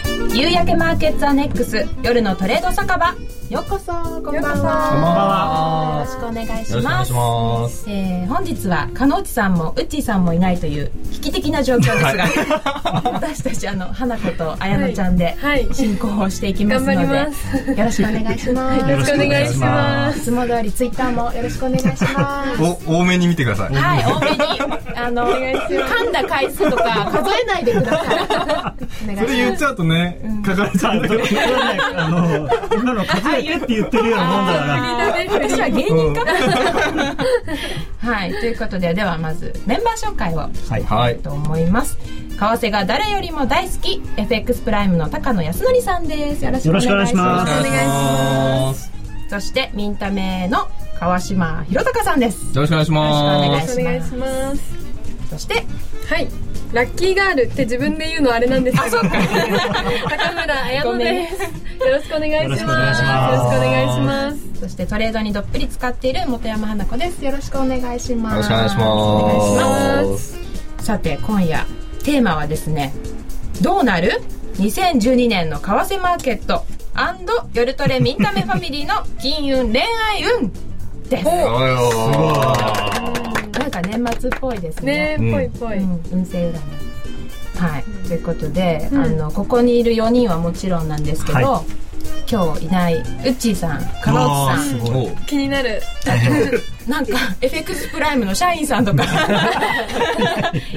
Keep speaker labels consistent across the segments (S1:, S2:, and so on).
S1: 掛マーケッツアネックス夜のトレード酒場ようこそこんばん
S2: こんばん
S1: はよ
S2: は
S1: ろしくお願いし
S2: よろしくお願
S1: ま
S2: いし
S1: す
S2: ます
S1: えー本日は鹿野内さんもウッチーさんもいないという危機的な状況ですが、私たちあの花子と綾乃ちゃんで
S3: はい
S1: 進行をしていきますので、
S3: 頑張ります
S1: よろしくお願いします
S3: よろしくお願いしま
S1: いつも通りツイッターもよろしくお願いします
S2: お多めに見てください、
S1: はい多めにあの
S3: 願いします
S1: 噛んだ回数とか数えないでくださいお
S2: そ
S1: 願い
S2: れ
S1: し
S2: 言
S1: ま
S2: っ
S1: す
S2: ちゃうとね、書かれちゃうんだけど
S4: あの、そんなの数えてって言ってるようなもんだから。
S1: あー私は芸人か、はいということでではまずメンバー紹介を
S4: はい。
S2: はい
S1: と思います為替が誰よりも大好き FX プライムの高野康則さんですよろしくお願いし
S4: よろ
S1: ま
S4: し
S1: す
S4: くお願いします
S2: お願いします
S1: そしてミンタメの川島弘隆さんです
S2: よろしくお願いし
S1: よろ
S2: ま
S1: しく
S2: す
S3: すお願いします
S1: そして
S3: はいラッキーガールって自分で言うのあれなんですけど高村彩
S1: ご
S3: 乃
S1: めん
S3: ですよろしくお願いします
S4: よろ
S3: よろ
S4: しくお願いします
S3: しくお願いします
S1: そしてトレードにどっぷり使っている本山花子ですよろしくお願いします
S2: よろしくお願
S1: お願い
S2: いし
S1: し
S2: ま
S1: ますすさて今夜テーマはですねどうなる2012年の為替マーケット夜トレミンタメファミリーの金運恋愛運です
S2: およ
S1: なんか年末っぽいですね
S3: ねえぽいぽい
S1: うん、運勢占いはい、ということで、
S3: うん
S1: あのここにいる4人はもちろんなんですけど、
S4: は
S1: 今日いないウッチーさんカノ
S4: あ
S1: ウ
S4: ー
S1: チ
S4: す
S1: さ
S4: ごい。
S3: 気になる
S1: んなんか FX プライムの社員さん とか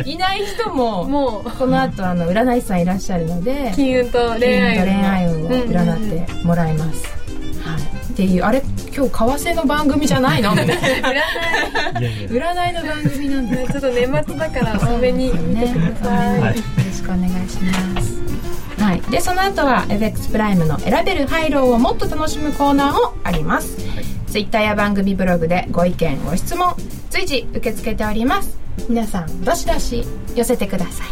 S1: いない人も
S3: もう
S1: この後あの占い師さんいらっしゃるので
S3: 金運と恋
S1: 金
S3: 愛運
S1: 運と恋愛運を
S3: うんうんうん
S1: 占ってもらいます、はい、っていうあれ今日為替の番組じゃないのみ たいな
S4: いやいや。
S1: 占いの番組なんで
S3: ねちょっと年末だから多めに見てください、
S4: は
S1: よ
S4: い
S1: ろしくお願いします。はい、でその後は FX プライムの選べるハイローをもっと楽しむコーナーもあります、ツイッターや番組ブログでご意見ご質問随時受け付けております皆さんどしどし寄せてくださ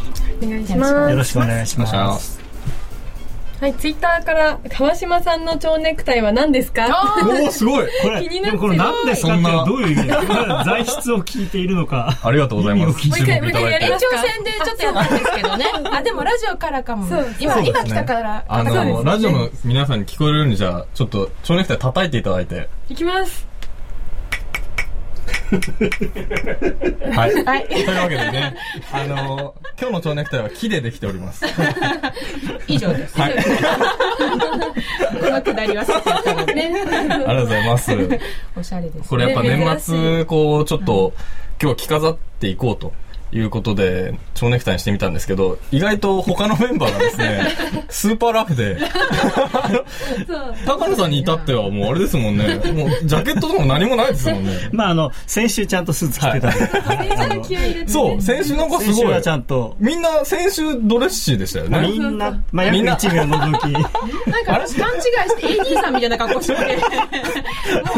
S1: い
S3: お願いします
S4: よろしくお願いします。
S3: はい、ツイッターから川島さんの蝶ネクタイは何ですか
S2: おーすごい
S4: これ、
S3: 気になってる
S4: でもこの何ですか
S2: そ
S4: っ
S2: ん
S4: て
S2: な
S4: どういう意味ですか材質を聞いているのか。
S2: ありがとうございます
S4: もう一
S3: 回もう一回やりま
S1: 延
S3: す
S1: 長戦でちょっとやったんですけど ねあでもラジオからかも
S3: そうそう
S1: 今、
S4: そうです
S1: 今
S4: ね
S1: 来たから
S2: あ
S3: そうです
S2: の
S3: ね
S2: ラジオの皆さんに聞こえるようにじゃあちょっと蝶ネクタイ叩いていただいて
S3: いきます
S2: はいと
S1: はい
S2: いうわけでねあの今日の蝶ネクタイは木でできております
S1: 以上です、
S2: はい
S1: このくだ りはさっきやったので
S3: ね
S2: ありがとうございます
S1: おしゃれです
S2: これやっぱ
S3: ね
S2: 年末、こう、ちょっと、今日着飾っていこうということで、蝶ネクタイにしてみたんですけど、意外と他のメンバーがですね、スーパーラフで、
S3: そう
S2: 高野さんに至ってはもうあれですもんね、もうジャケットとかも何もないですもんね。
S4: まああの、先週ちゃんとスーツ着てたんで。あの
S3: 気合い入れてね
S2: そう、先週なんかす
S4: 先週
S2: ごい
S4: はち。ゃんと、
S2: みんな先週ドレッシーでしたよね。
S4: みんな、まあ
S2: みんな
S4: 約1名のぞき。
S1: なんか私勘違いして AD さんみたいな格好して て、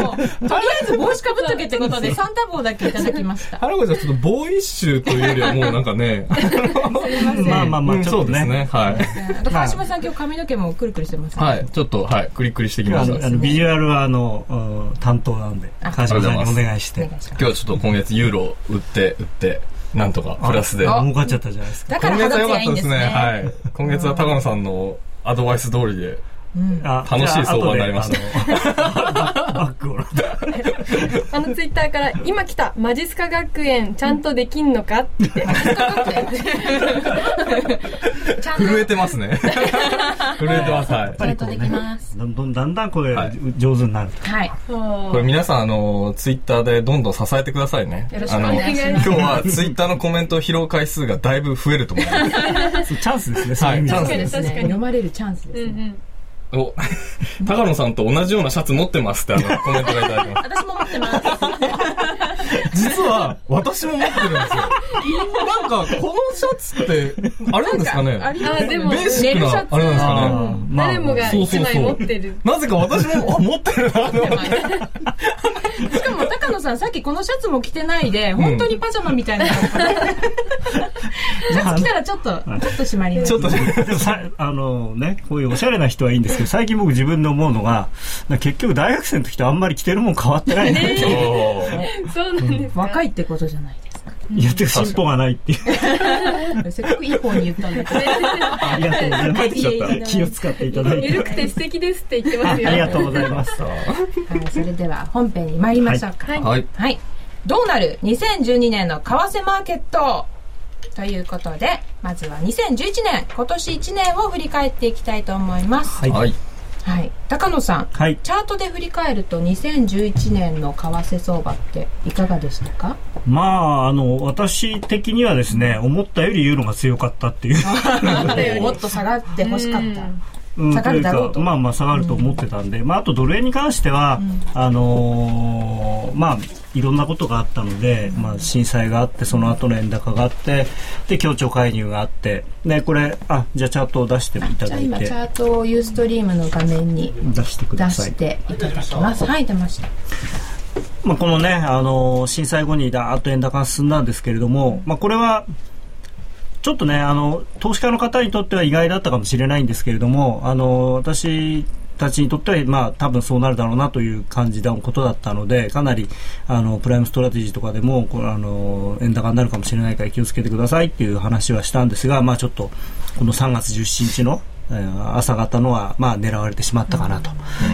S1: もう、とりあえず帽子かぶっとけってことで、サンタ帽だけいただきました。
S2: 花子ちゃんちょっとボーイッシュというよりはもうなんかね、
S4: ま あまあま
S2: う
S4: あ、
S2: ん
S4: ちょ
S2: そ
S4: っ
S2: う
S4: と
S2: です
S4: ね。
S2: ね。はい。
S1: あと川島さん今日髪の毛もくるくるしてますね。
S2: はい、ちょっと、はい、クリックリしてきま
S4: あ
S2: した。
S4: のあのビジュアルはあの、うん担当なんで、川島さんにお願いし
S1: お願。
S4: て
S1: いします。
S2: 今日はちょっと今月ユーロを売って、売って、なんとかプラスで。
S4: あ儲かっちゃったじゃないですか。
S1: だから
S2: 今月
S1: 肌
S2: は
S1: ツ
S2: 良かっ
S1: ヤいい
S2: た
S1: んで
S2: で
S1: すす
S2: ね。
S1: ね。
S2: はい。今月は高野さんのアドバイス通りで。
S4: あ
S2: 楽しい相場になりました
S4: た。あの バックを。
S3: あのツイッターから「今来たマジスカ学園ちゃんとできんのか?」って
S1: ちゃんと、
S2: 震えてます ね。震えてます。はい
S1: ち。ゃんとできます。
S4: だんだんだんだんこれ
S2: はい
S4: 上手になる。
S1: はい。
S2: これ皆さん、あの、ツイッターでどんどん支えてくださいね。
S1: よろしくお願いし
S2: あ
S1: ま
S2: の
S1: す。
S2: 今日はツイッターのコメントを拾う回数がだいぶ増えると思います。
S4: そうチャンスですね。そういう意味で
S2: は
S4: はい
S2: チャンス
S3: ですね
S1: 飲まれるチャンスですね。
S2: お、高野さんと同じようなシャツ持ってますってあのコメントがいただきま
S1: 私も持ってます。
S2: す。 実は、私も持ってるんですよ。 なんか、このシャツって、あれなんですかね
S1: あり
S3: あでも
S2: ベーシッ
S1: 寝るシ
S2: クな
S1: ャ、ツ
S2: あれなんですかね。
S4: あーまあ
S3: 誰もが
S2: そうそうそう
S3: 1枚持ってる
S2: なぜか私 も、あ、持ってるなと思って。
S1: しかも高野さんさっきこのシャツも着てないで、本当にパジャマみたい な。シャツ着たらちょっと、ちょっと締まります。
S2: ちょっと、
S4: でもさあのね、こういうおしゃれな人はいいんですけど、最近僕自分で思うのが、なんか結局大学生の時とあんまり着てるもん変わってないなって
S2: おー
S3: そうなんですか
S1: 若いってことじゃないですか。
S4: いや、てか進歩がないっていう。
S1: せっかくいい方に言ったんだけど。
S4: ありがとうございま
S2: 帰ってきちゃ った
S4: す。気を使っていただい
S3: ゆる
S4: て。
S3: くて素敵ですって言って
S4: あ
S3: ます
S4: り
S3: よ。
S4: がとうございます。
S1: はい、それでは本編に参りましょうか。
S3: はい
S2: はい。
S1: はい。どうなる ?2012 年の為替マーケットということで、まずは2011年、今年1年を振り返っていきたいと思います。は。
S4: はいい
S2: はい。
S1: 高野さん、
S4: はい。
S1: チャートで振り返ると2011年の為替相場っていかがでしたか
S4: まあ、あの、私的にはですね、思ったよりユーロが強かった っていう。
S1: もっと下がってほしかった。
S4: うん
S1: 下がるだろうと
S4: いうかまあまあ下がると思ってたんで、まああとドル円に関しては、あのーまあいろんなことがあったので、まあ震災があって、その後の円高があって、で、協調介入があって、で、これ、あ、じゃあチャートを出してい
S1: じ
S4: た
S1: ゃ
S4: だ
S1: あ
S4: い
S1: 今チ
S4: て、
S1: ャートをユーストリームの画面に
S4: 出してく
S1: 出
S4: ださ
S1: し
S4: い。
S1: ていただきます。はい、出ました。
S4: まあ、このね、あのー震災後にだーっと円高が進んだんですけれども、まあ、これは、ちょっとね、あの、投資家の方にとっては意外だったかもしれないんですけれども、あのー私たちにとっては、まあ、多分そうなるだろうなという感じのことだったので、かなり、あの、プライムストラテジーとかでも、これあのー円高になるかもしれないから気をつけてくださいっていう話はしたんですが、まあ、ちょっと、この3月17日の、えー朝方のは、まあ、狙われてしまったかなと。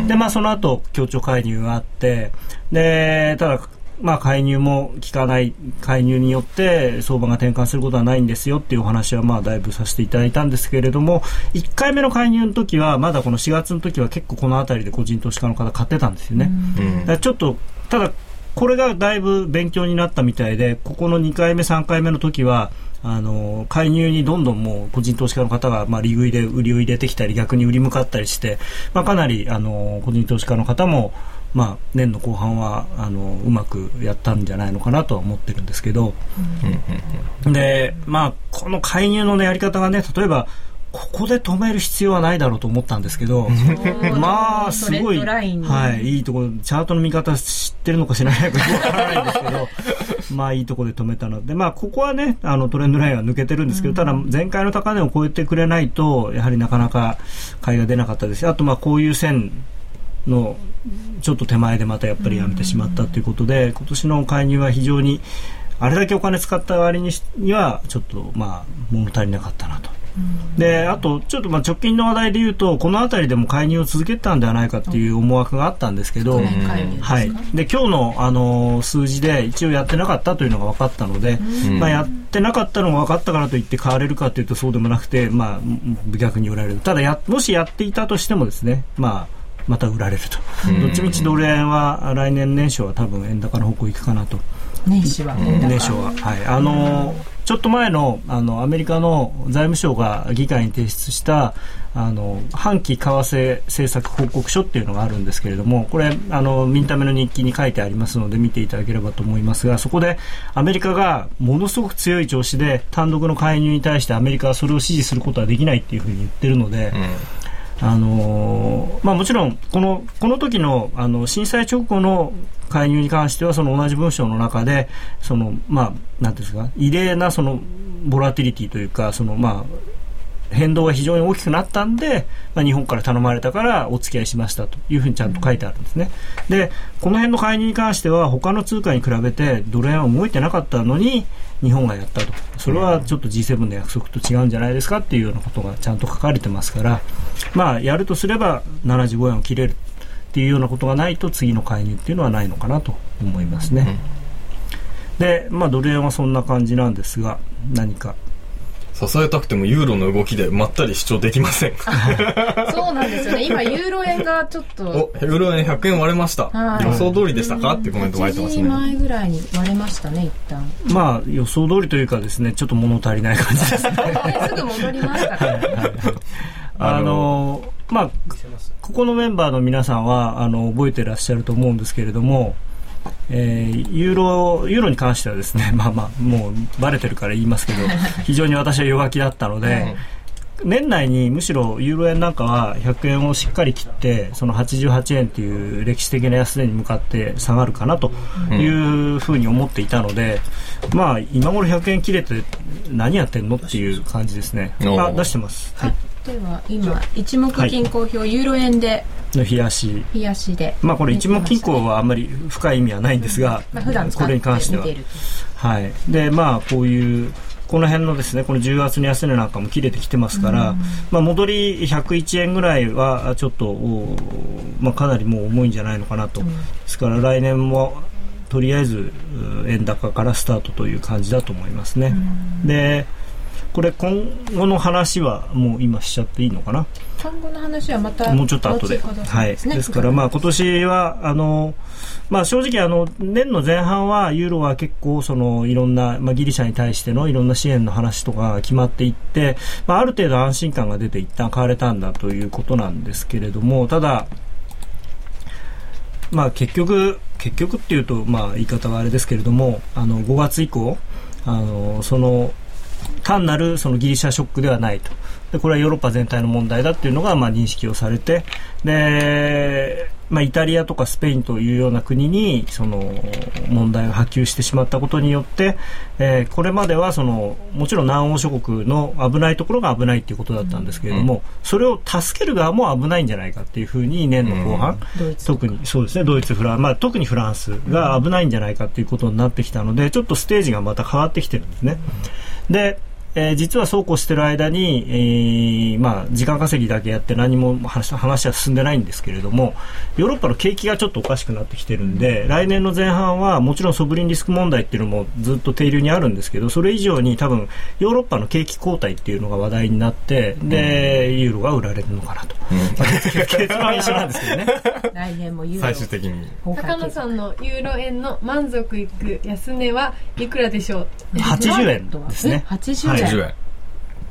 S4: で、まあ、その後、協調介入があって、で、ただ、まあ、介入も効かない、介入によって相場が転換することはないんですよっていうお話は、まあ、だいぶさせていただいたんですけれども、1回目の介入の時は、まだこの4月の時は結構この辺りで個人投資家の方買ってたんですよね。
S2: うん
S4: だからちょっと、ただ、これがだいぶ勉強になったみたいで、ここの2回目、3回目の時は、あの介入にどんどんもう個人投資家の方が、まあ、利食いで売りを入れてきたり、逆に売り向かったりして、まあ、かなりあの個人投資家の方も、まあ、年の後半はあのうまくやったんじゃないのかなとは思ってるんですけど、で、まあ、この介入の、ね、やり方がね、例えば、ここで止める必要はないだろうと思ったんです けど、 まあ、すごい、
S1: レッドラインに
S4: はい、いいところ、チャートの見方知ってるのか知らないのかよくわからないんで すけど、まあ、いいところで止めたので、まあ、ここはね、あの、トレンドラインは抜けてるんですけど、ただ、前回の高値を超えてくれないと、やはりなかなか買いが出なかったですしあと、まあ、こういう線の、ちょっと手前でまたやっぱりやめてしまったということで、今年の介入は非常に、あれだけお金使った割にしには、ちょっと、まあ、物足りなかったなと。であと、ちょっとまあ直近の話題で言うとこの辺りでも介入を続けてたんではないかっていう思惑があったんですけど、
S1: 年会議ですか
S4: はい、で今日の、あのー数字で一応やってなかったというのが分かったので、
S2: ん
S4: まあ、やってなかったのが分かったからといって買われるかというとそうでもなくて、まあ、うん逆に売られるただやもしやっていたとしてもですね、まあ、また売られると、
S2: うん
S4: どっちみちドル円は来年年初は多分円高の方向行くかなと。
S1: 年始は円高。
S4: 年初は、はい、あのちょっと前のあのアメリカの財務省が議会に提出したあの半期為替政策報告書っていうのがあるんですけれどもこれあのミンタメの日記に書いてありますので見ていただければと思いますがそこでアメリカがものすごく強い調子で単独の介入に対してアメリカはそれを支持することはできないっていうふうに言ってるので、あのーまあ、もちろんこの、この時のあの震災直後の介入に関しては、その同じ文章の中で、そのまあ、なんていうんですか、異例なそのボラティリティというか、そのまあ、変動が非常に大きくなったんで、まあ、日本から頼まれたからお付き合いしましたというふうにちゃんと書いてあるんですね。で、この辺の介入に関しては、他の通貨に比べてドル円は動いてなかったのに、日本がやったと。それはちょっと G7 の約束と違うんじゃないですかっていうようなことがちゃんと書かれてますから、まあ、やるとすれば75円を切れるっていうようなことがないと次の介入っていうのはないのかなと思いますね。で、まあ、ドル円はそんな感じなんですが、何か。
S2: 支えたくてもユーロの動きでまったり主張できません。
S1: そうなんですよね。今、ユーロ円がちょっと、
S2: お、ユーロ円100円割れました
S1: は。い
S2: 予想通りでしたかってコメントが入ってます
S1: 8時
S2: ね。
S1: 前ぐらいに割れましたね、一 旦。
S4: まあ、予想通りというかですね、ちょっと物足りない感じですね。
S1: すぐ戻りましたから。
S4: あのまあ、ここのメンバーの皆さんはあの覚えてらっしゃると思うんですけれども、えーユーロユーロに関してはですね、ま あまあ、もうバレてるから言いま すけど、非常に私は弱気だったので、年内にむしろユーロ円なんかは100円をしっかり切って、その88円という歴史的な安値に向かって下がるかなというふうに思っていたので、まあ、今頃100円切れて何やってんのっていう感じですね。
S2: おー
S4: あ、出してます。はい
S1: では今一目金公表、ユーロ円で
S4: の冷やし
S1: 冷やしで、
S4: まあこれ一目金衡はあんまり深い意味はないんですが、
S1: まあ、普段使
S4: こ
S1: っ
S4: れ
S1: て
S4: に関して
S1: 見
S4: は
S1: ている
S4: はい、でまあこういうこの辺のですねこの10月に安値なんかも切れてきてますから、まあ、戻り101円ぐらいはちょっと、おまあ、かなりもう重いんじゃないのかなと、
S1: うん
S4: ですから来年もとりあえずう円高からスタートという感じだと思いますね。でこれ今後の話はもう今しちゃっていいのかな
S1: 今後の話はまた
S4: もうちょっと後で。
S1: 後ほど
S4: はい。
S1: ね
S4: ですから、まあ今年は、あの、まあ正直あの、年の前半はユーロは結構そのいろんな、まあギリシャに対してのいろんな支援の話とかが決まっていって、まあある程度安心感が出て一旦買われたんだということなんですけれども、ただ、まあ結局、結局っていうと、まあ言い方はあれですけれども、あの、5月以降、あの、その、単なるそのギリシャショックではないと。で、これはヨーロッパ全体の問題だっていうのが、まあ認識をされて、で、まあイタリアとかスペインというような国に、その、問題が波及してしまったことによって、えーこれまではその、もちろん南欧諸国の危ないところが危ないっていうことだったんですけれども、それを助ける側も危ないんじゃないかっていうふうに年の後半、
S1: ドイツ
S4: 特にそうですねドイツ、フランス、まあ、特にフランスが危ないんじゃないかということになってきたのでちょっとステージがまた変わってきてるんですね。でえー実はそうこうしてる間に、えーまあ、時間稼ぎだけやって何も話話は進んでないんですけれどもヨーロッパの景気がちょっとおかしくなってきてるんで来年の前半はもちろんソブリンリスク問題っていうのもずっと定流にあるんですけどそれ以上に多分ヨーロッパの景気後退っていうのが話題になってでユーロが売られるのかなと、まあ結局結論は一緒なんですけどね。
S1: 来年もユーロ
S2: 最終的に。
S3: 高野さんのユーロ円の満足いく安値はいくらでしょう
S4: 80円ですね
S1: 八十
S4: は
S1: 円、
S4: い
S2: 80円。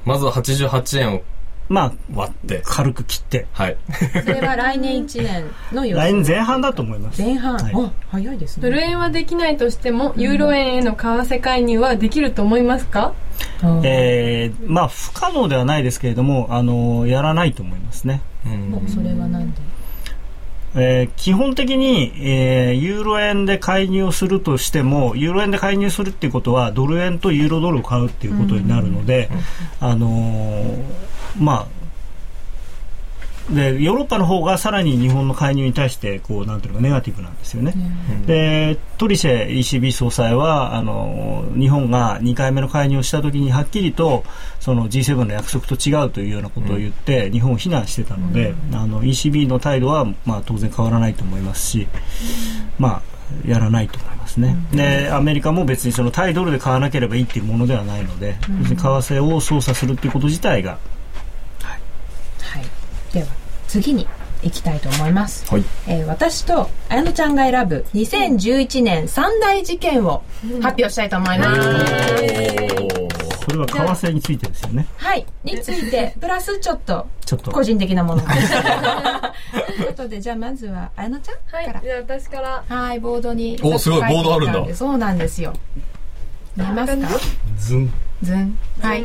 S2: まずは88円を
S4: まあ、
S2: 割って。
S4: 軽く切って、
S2: はい。
S1: それは来年一年の予想
S4: 来年前半だと思います。
S1: 前半、
S4: はい
S1: あ早いです
S3: ドル
S1: ね
S3: 円はできないとしてもユーロ円への為替介入はできると思いますか
S1: うん
S4: えー、まあ、不可能ではないですけれども、あのやらないと思いますね。
S2: うん
S1: おそれはなんで
S4: えー基本的に、えーユーロ円で介入をするとしても、ユーロ円で介入するっていうことは、ドル円とユーロドルを買うっていうことになるので、あのーまあ、で、ヨーロッパの方がさらに日本の介入に対して、こう、なんていうのか、ネガティブなんですよね。でトリシェ ECB 総裁はあの日本が2回目の介入をしたときにはっきりとその G7 の約束と違うというようなことを言って、日本を非難してたので、あの ECB の態度は、まあ、当然変わらないと思いますし、まあ、やらないと思いますね、でアメリカも別にその対ドルで買わなければいいっていうものではないので、別に為替を操作するっていうこと自体が
S1: はい、では次に行きたいと思います、
S2: はい
S1: えー私と綾乃ちゃんが選ぶ2011年三大事件を発表したいと思います、
S2: おー
S4: それは為替についてですよね
S1: はいについ てプラスちょっと
S4: ちょっと
S1: 個人的なものということでじゃあまずは綾乃ちゃん
S3: はい
S1: から
S3: じゃあ私から
S1: はいボードに
S2: おすごい
S1: 書てきた
S2: ボードあるんだ
S1: でそうなんですよ見えますか
S2: ズン。
S1: ズンはい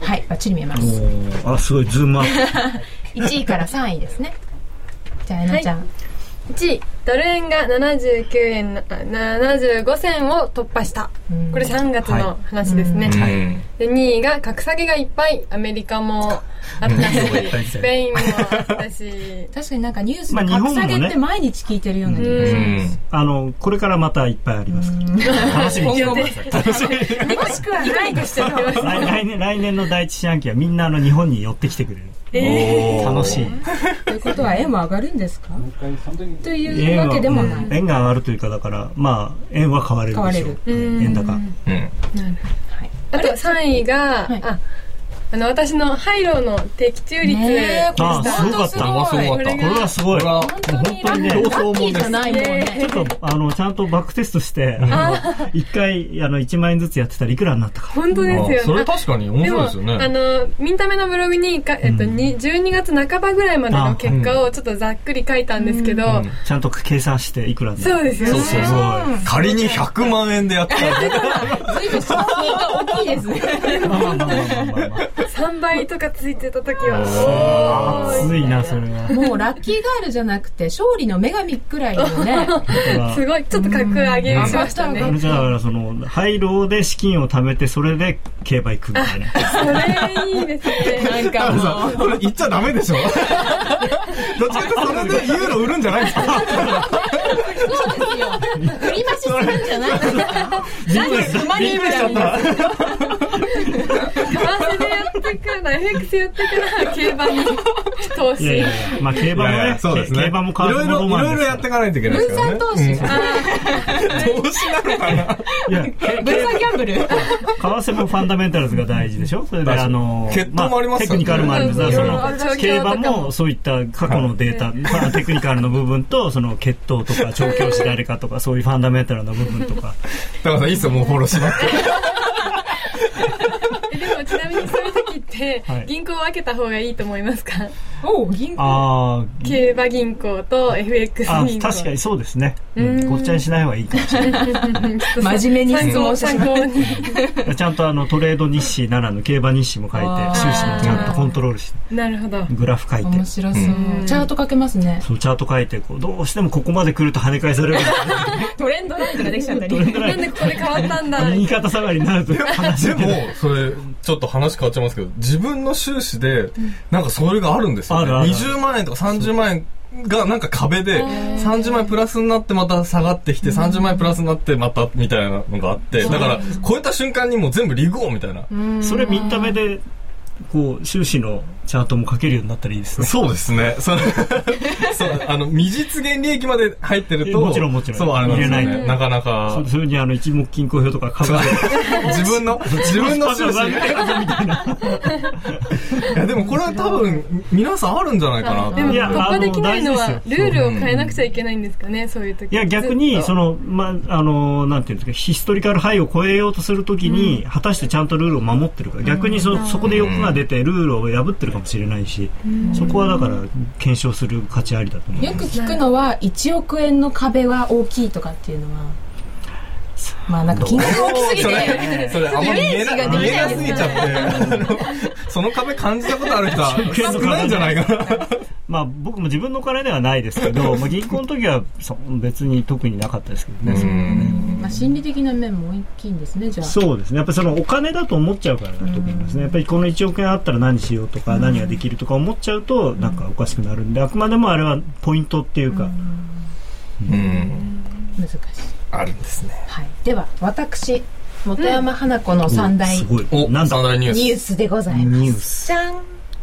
S1: はいバッチリ見えます
S4: おーあすごいズームアップ
S1: 1位から3位ですねじゃあ綾乃ちゃん、
S3: 1位ドル円が79円あ75銭を突破した
S1: うん
S3: これ3月の話ですね、
S2: うん
S3: で2位が格下げがいっぱいアメリ カもあったしスペインもあったし
S1: 確かになんかニュース
S4: まあ
S1: の
S4: 日本
S1: 格
S4: もね
S1: 下げって毎日聞いてるような気が
S3: う
S1: しま
S2: うん
S4: あの、これからまたいっぱいありますから。楽しみにしてください。
S1: すもしくはないとしても
S4: 来来年、来年の第一四半期はみんなあの日本に寄ってきてくれる。
S2: おー
S4: 楽しい。
S1: ということは円も上がるんですかという
S4: 円
S1: わ
S4: は
S1: けでもない、
S4: うん円が上がるというか、だから、まあ、円は買われるでしょ
S3: 買
S4: う。
S3: われる
S4: うん円高。
S2: うん。
S1: はい、
S3: あと3位が、
S1: はい
S3: ああの私のハイローの的中率、
S1: ねえこれ
S4: あすごかった
S2: あすごかった
S4: これはすごい。ちょ
S2: は
S1: 本当に
S4: 本当にね
S1: ラッキーじゃないもん
S3: ね
S1: ね
S4: っと、あの、ちゃんとバックテストして、あの、一回、あの、1万円ずつやってたらいくらになったか。
S3: 本当ですよね
S2: あそれ確かに面
S3: で
S2: 白い
S3: も、
S2: ですよね。
S3: あの、ミンタメのブログにか、えっと、に12月半ばぐらいまでの結果をちょっとざっくり書いたんですけど、
S2: ん
S4: ちゃんと計算していくらにな
S3: そう
S4: る。
S3: ですよ
S2: そ
S3: ね
S2: う。そうそう。仮に100万円でやったら、
S1: 随分賞金が大きいですね
S4: まあまあまあまあまあまあ。
S3: 3倍とかついてた時はおー
S4: 熱いな、それ は。
S1: もうラッキーガールじゃなくて勝利の女神くらいの ね
S3: すごいちょっと格上げしましたね
S4: あのじゃあだからその廃炉で資金を貯めてそれで競馬行くみたいな
S3: それいいですね
S1: なん
S2: あ
S1: か
S2: の
S1: も
S2: さ
S1: う、
S2: それ言っちゃダメでし ょどっちかというとそれでユーロ売るんじゃないんですか
S1: そうですよ振り増しするんじゃないですかマ
S2: びっくりしちゃった。
S3: 為替でやってから FX やってから競馬に投
S4: いやい
S3: 資
S4: やいやまあ競馬もね け競馬も
S2: い
S4: 変わ
S2: ろい
S4: るも
S2: ろ、
S4: の
S2: い
S4: もある
S2: ろ
S4: ん
S2: いろ
S4: です
S2: やっていかないといけないです
S1: 分
S2: から
S1: 散投
S2: ね。
S1: 資か
S2: うん投資なのかない
S4: や
S1: 分散ギャンブル
S4: 為替もファンダメンタルズが大事でしょそれ で
S2: 確かに
S4: あの
S2: 血統もあります
S4: テ
S2: よ
S4: ク
S2: ね
S4: ニカルもあるんですだからその
S3: ある状況
S4: 競馬
S3: とか
S4: もそういった過去のデータ、まあテクニカルの部分とその血統と か調教師誰かとかそういうファンダメンタルの部分とか
S2: だからいいっすよ、もうフォローしなくて。
S3: えでもちなみにそういう時って
S4: はい
S3: 銀行を分けた方がいいと思いますか
S1: おう銀行
S4: あー
S3: 競馬銀行と FX
S4: あ
S3: 銀行
S4: 確かにそうですね、う
S3: うん
S4: ん、ごっちゃにしない方がいいかもしれ ない
S1: 真面目に
S3: 参
S1: 質
S3: 考
S1: 問してし
S3: 参
S1: まう
S3: 考に
S4: ちゃんとあのトレード日誌ならぬ競馬日誌も書いて
S1: あー
S4: 収支もちゃんとコントロールして
S3: なるほど
S4: グラフ書いて
S1: 面白そう、
S3: うん
S1: チャートかけますね
S4: そのチャート書いてこうどうしてもここまで来ると跳ね返される
S1: トレンドラインができちゃった
S4: トレンドラ
S3: なん
S4: イ
S3: で
S4: ン
S3: ここで変わったんだ
S4: 右肩下がりになると 話
S2: で
S4: が
S2: も、それ、ちょっと話変わっちゃいますけど、自分の収支で、なんかそれがあるんですよ、ね。
S4: あるある
S2: 20万円とか30万円がなんか壁で、30万円プラスになってまた下がってきて、30万円プラスになってまた、みたいなのがあって、だから、超えた瞬間にもう全部リグオみたいな。
S4: それ見た目でこう収支のチャートも書けるようになったらいいですね
S2: そうですね。そのそう、あの、未実現利益まで入ってると、
S4: もちろんもちろん
S2: そう、あれなんですよ
S4: 入れな
S2: ね。なかな
S4: そ
S2: か
S4: う、それにあの一目均衡表とか書かない
S2: 自分の、自分の収支。いや、でもこれは多分、皆さんあるんじゃないかなと
S3: でも
S4: いや
S3: 突破できないの
S4: あ
S3: は
S4: の大事
S3: ル
S4: ですよ
S3: ールを変えなくちゃいけないんですかねそういう時
S4: いや逆
S3: ず
S4: に
S3: っと
S4: その、まあ、あのなんていうんですかヒストリカルハイを超えようとするときに、果たしてちゃんとルールを守ってるか逆にそそこで欲が出てルールを破ってるかもしれないし、そこはだから検証する価値ありだと思い
S1: よ
S4: ま
S1: く
S4: す
S1: 聞くのは1億円の壁は大きいとかっていうのはまあなんか金額大きすぎ
S2: そ
S1: て
S2: れ、それ、あんまり見えな
S1: イメージが
S2: 見
S1: でき
S2: え
S1: な
S2: ないすぎちゃって、あの その壁感じたことある 人は少ないんじゃないかな。
S4: まあ、僕も自分のお金ではないですけど、まあ、銀行の時はそ別に特になかったですけどね、
S1: まあ心理的な面も大きいんですねじゃあ
S4: そうですねやっぱりそのお金だと思っちゃうからだと思いますねやっぱりこの1億円あったら何しようとか何ができるとか思っちゃうとなんかおかしくなるんであくまでもあれはポイントっていうか、
S2: うん。
S1: 難しい、
S2: あるんですね。
S1: はい、では私本山花子の三大
S4: す
S1: ニ
S4: ごいなんだ
S2: 三大ニュ
S1: ュー
S2: ース。
S1: スでございます
S4: ニュース
S1: じゃん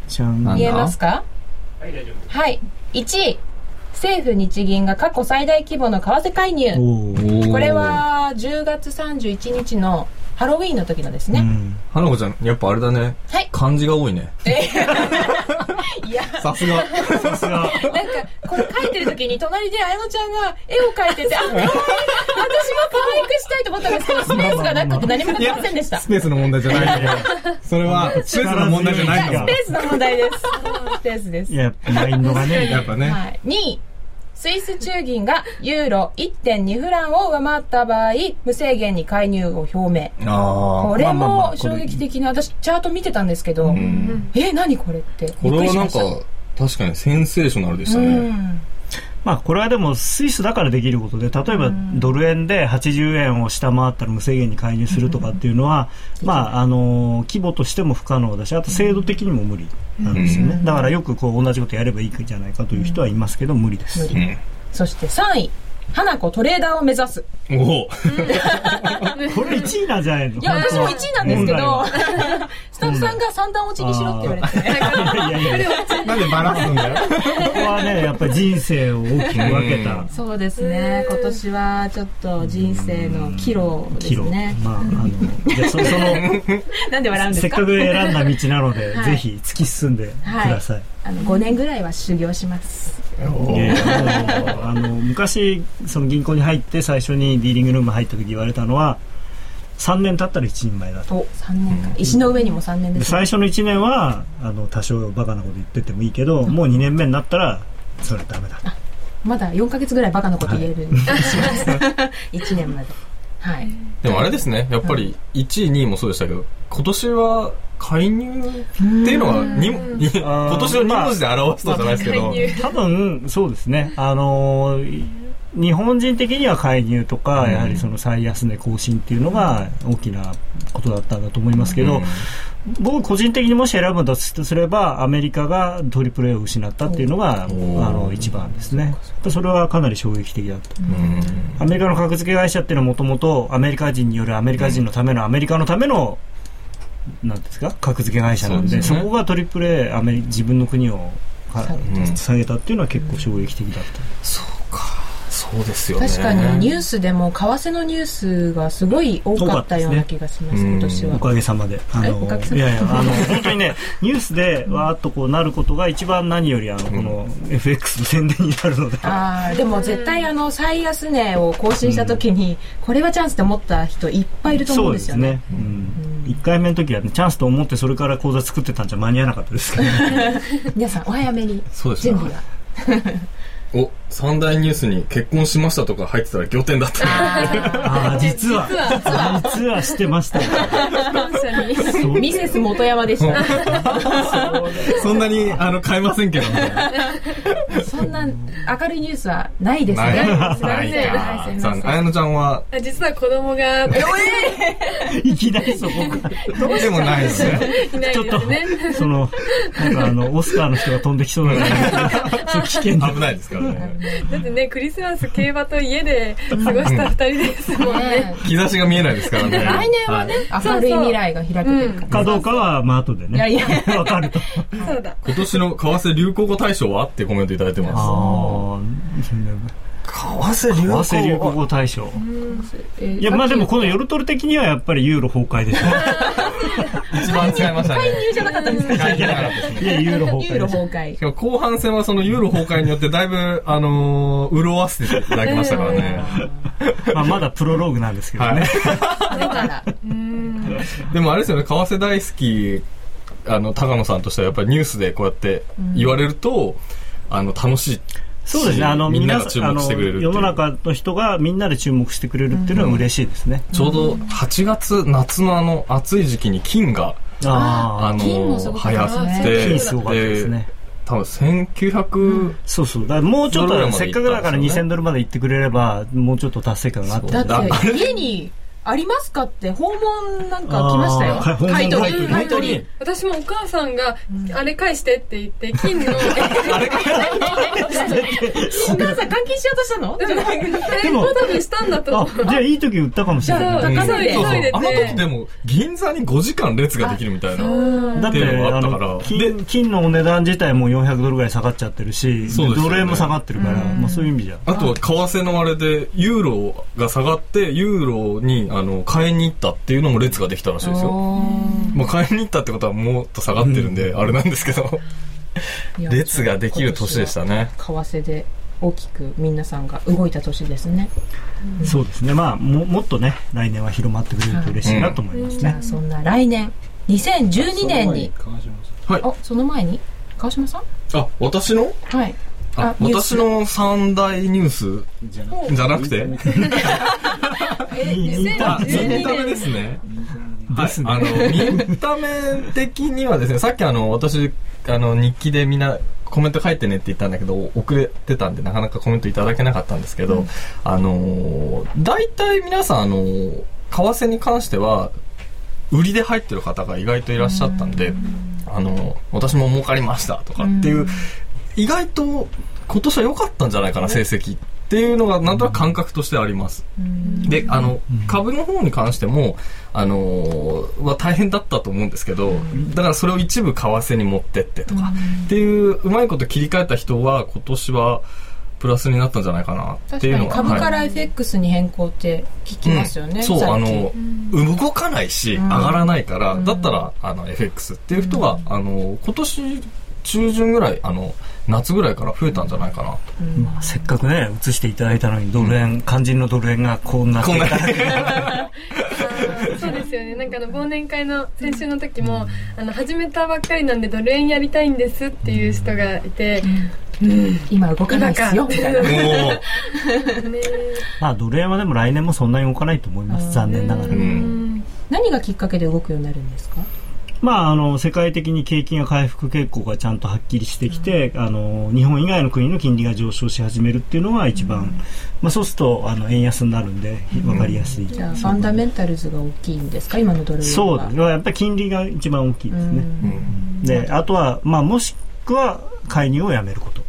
S4: ちゃん
S2: なん
S1: 言
S2: だ
S1: えますかはい大丈夫はい1位政府日銀が過去最大規模の為替介入
S4: おー
S1: これ、は10月31日のハロウィーンの時のですね、
S4: うん
S2: 花子ちゃん、やっぱあれだね。
S1: はい
S2: 漢字が多いね。
S1: いや
S2: さ すが。
S4: さすが
S1: なんかこれ描いてる時に隣で綾乃ちゃんが絵を描いててあ可愛い私も可愛くしたいと思ったんですけどスペースがなくて何も書けませんでしたス
S2: スペースの問題じゃないんだよそれは、スペースの問題じゃないんだもん
S1: ペースの問題ですスペースです
S4: いやマインドがね
S2: やっぱね。
S1: はい、2位スイス中銀がユーロ1.2フランを上回った場合無制限に介入を表明
S2: あ
S1: こ
S2: あ。
S1: れ
S4: まあまあま
S1: も
S4: あこ
S1: 衝
S4: れ
S1: 撃的な私チャート見てたんですけど、
S2: うん
S1: え何これって
S2: これはなんか
S1: びっく、
S2: 確かにセンセーショナルで
S1: り
S2: し
S1: したたう
S2: ね。
S1: ん
S4: まあこれはでもスイスだからできることで例えばドル円で80円を下回ったら無制限に介入するとかっていうのは、まああのー規模としても不可能だしあと制度的にも無理なんですよね、だからよくこう同じことやればいいんじゃないかという人はいますけど無理です、
S1: 無理そして3位花子トレーダーを目指す
S2: おお。
S4: これ1位なんじゃないの
S1: いや私も1位なんですけ
S4: 本来
S1: ど
S4: は
S1: スタッフさんが三段落ちにしろって言われて
S4: いやいやいや
S2: なんでバラすんだよ。
S4: ここ はねやっぱり人生を大きく分けた
S1: そうですね今年はちょっと人生の岐路です
S4: 岐路、
S1: ね
S4: まああのじゃあそ その
S1: なんで笑うんで
S4: せ
S1: す
S4: っ
S1: か
S4: かく選んだ道なの で、
S1: はい
S4: ぜひ突き進んでください。
S1: あの5年ぐらいは修行します
S4: いやいやもうあの昔その銀行に入って最初にディーリングルーム入った時言われたのは3年経ったら一人前だと。
S1: お3年間石の上にも3年で
S4: です
S1: ね
S4: 最初の1年はあの多少バカなこと言っててもいいけどもう2年目になったらそれはダメだと
S1: まだ4ヶ月ぐらいバカなこと言える、します1年まではい
S2: でもあれですね、やっぱり1位、2位もそうでしたけど、今年は為介入っていうのはにに
S4: あー
S2: 今年の2文字で表したじゃないですけど、
S4: 多分そうですね、あのー日本人的には介入とか、
S2: うん
S4: やはりその最安値更新っていうのが大きなことだったんだと思いますけど、僕個人的にもし選ぶんだとすればアメリカが AAA を失ったっていうのがあ
S2: お
S4: の一番ですねそれはかなり衝撃的だった
S2: うん
S4: アメリカの格付け会社っていうのはもともとアメリカ人によるアメリカ人のためのアメリカのためのなんですか格付け会社なん
S2: そう
S4: で
S2: です
S4: そ
S2: ね
S4: こが AAA アメリ自分の国をは
S2: うん
S4: 下げたっていうのは結構衝撃的だった
S2: そうかそうですよね
S1: 確かにニュースでも為替のニュースがすごい多かったような気がします
S2: うん
S1: 今年は
S4: おかげさまで。あ
S1: おかげさまで
S4: いやいや、あの、本当にね、ニュースでわーっとこうなることが一番何より、あの、この FX の宣伝になるので。
S1: あーでも絶対あの最安値を更新した時にこれはチャンスって思った人いっぱいいると思うんですよね。
S4: そうですね。うん。1回目の時はね、チャンスと思ってそれから口座作ってたんじゃ間に合わなかったですけど、
S1: 皆さんお早めに
S2: そうです
S1: 準
S2: ね
S1: 備が
S2: お三大ニュースに結婚しましたとか入ってたら仰天だった
S4: ああ、実は、実はしてました。そう
S1: ミセス元山でした
S2: そんなにあの買えませんけどね。
S1: そんな明るいニュースはないです
S2: ない
S1: ね。
S3: すいません
S2: か
S3: はいすいません
S2: 残念あやのちゃんは
S3: あ実は子供 が病
S4: いきなりそこが、
S2: どうでもないですね。
S3: 院にいない
S4: ちょ
S3: の
S4: っと
S3: でね。、
S4: その、なんかあの、オスカーの人が飛んできそうな感じで、そう危険だ
S2: 危ないですからね。
S3: だってね、クリスマス競馬と家で過ごした二人ですもんね。
S1: ね
S2: 兆しが見えないですからね。
S1: 来年はね、明るい未来が開けてるか
S4: かどうかは、まあ後でね、
S1: いやいや
S4: わかると。
S3: そうだ。
S2: 今年の為替流行語大賞はってコメントいただいてま
S4: ああ、
S2: す。為替流
S4: 合わせ流行語大賞。
S1: ら。い
S4: いや、まあでもこのヨルトル的にはやっぱりユーロ崩壊でしょ。
S2: 一番違いましたね。
S1: じゃなかったんですか
S2: 関係なかったですね
S4: いや、ユーロ
S1: ユ
S4: 崩
S1: ーロ
S4: 壊
S1: 崩壊
S4: でしょ。
S2: し。かも後半戦はそのユーロ崩壊によってだいぶ、あのー、潤わせていただきましたからね。
S4: まあまだプロローグなんですけど
S2: は
S4: ね。
S2: い。
S1: だから、
S3: うん。
S2: でもあれですよね、為替大好き、あの、高野さんとしてはやっぱりニュースでこうやって言われると、あの、楽しい。
S4: そうですね、あの、
S2: みんな
S4: 皆
S2: が注
S4: さん、あ
S2: 目
S4: の、
S2: してくれるっていう
S4: 世の中の人がみんなで注目してくれるっていうのは嬉しいですね。
S2: ちょうど8月、夏のあの、暑い時期に金が、
S4: あ
S2: あの
S1: 金もすごかったですね
S2: 流
S4: あ、
S2: 行
S4: 金
S2: って、
S4: すごかったですね。
S2: 多分1900、
S4: そうそう。だからもうちょっ
S2: ドル
S4: と、
S2: まで
S4: せ
S2: 行
S4: っ
S2: ったんですよ
S4: か
S2: ね
S4: くだから2000ドルまで行ってくれれば、もうちょっと達成感があった。
S1: だって家にありますかって訪問なんか来ました
S4: あー訪
S1: よ。
S4: 問
S1: 買い取り、
S4: 買い取り
S1: 買い取り。
S3: 私もお母さんが、あれ返してって言って、金の、
S1: お母さん換金しようとしたの
S3: え、もう多分したんだと
S4: あ
S3: 思、
S4: じゃあいい時売ったかもしれ
S3: そ
S4: な
S3: う
S4: い。
S2: うん
S1: 高さで
S2: そうそう
S3: 急いでて
S2: あの時でも銀座に5時間列ができるみたいな
S4: だっ
S2: って
S4: て
S2: いうのがあ
S4: あ
S2: ったから
S4: の
S2: で
S4: 金金のお値段自体も400ドルぐらい下がっちゃってるし、
S2: そうですよね
S4: ドル円も下がってるから、まあ、そういう意味じゃ
S2: あとは為替のあれでユーロが下がってユーロにあの買いに行ったっていうのも列ができたらしいですよもう買いに行ったってことはもっと下がってるんで、あれなんですけど列ができる年でした
S1: ね。
S2: ね
S1: 為替で大きく皆さんが動いた年ですね。
S4: そうですね、まあ、ももっとね来年は広まってくれると嬉しいなと思います
S1: じゃ
S4: ね
S1: あ、そんな来年、2012年に、あ、その前に川島さん
S2: あ私の
S1: はい。
S2: あ
S1: あニュー
S2: 私
S1: ス
S2: の三大ニュースじゃなくて
S4: 見た
S2: あ
S3: 2012
S2: 見た目ですね。ですね。あの、見た目的にはですね、さっきあの、私、あの、日記でみんなコメント書いてねって言ったんだけど、遅れてたんで、なかなかコメントいただけなかったんですけど、あのー、大体皆さん、あのー、為替に関しては、売りで入ってる方が意外といらっしゃったんで、あのー、私も儲かりましたとかっていう、意外と今年は良かったんじゃないかな、成績っていうのが、なんとなく感覚としてあります。で、あの、株の方に関しても、あのーは大変だったと思うんですけど、だからそれを一部為替に持ってってとか、っていう、うまいこと切り替えた人は、今年は、プラスになったんじゃないかなっ
S1: 確
S2: ていう
S1: か
S2: の
S1: に
S2: が。
S1: 株か
S2: はい
S1: ら FX に変更って聞きますよね。
S2: うんそう、あ
S1: 最近
S2: の、動かないし、
S1: ん
S2: 上がらないから、だったら、あの、FX っていう人が、あの、今年中旬ぐらい、あの、夏ぐらいから増えたんじゃないかなと。
S4: まあせっかくね映していただいたのにドル円、肝心のドル円がこんな
S2: こんな
S3: そうですよね。なんかあの、忘年会の先週の時も、あの、始めたばっかりなんでドル円やりたいんですっていう人がいて、
S1: 今動かないですよ、みたいな。
S2: もう、
S3: ね
S4: まあドル円はでも来年もそんなに動かないと思います残念ながら、
S2: うん
S3: うん
S1: 何がきっかけで動くようになるんですか
S4: まあ、あの世界的に景気が回復傾向がちゃんとはっきりしてきて、あの日本以外の国の金利が上昇し始めるっていうのが一番、まあ、そうするとあの円安になるんで分かりやすい、
S1: じゃあファンダメンタルズが大きいんですか今のドル円は
S4: そうですねやっぱり金利が一番大きいですね、
S1: うん
S4: であとは、まあ、もしくは介入をやめること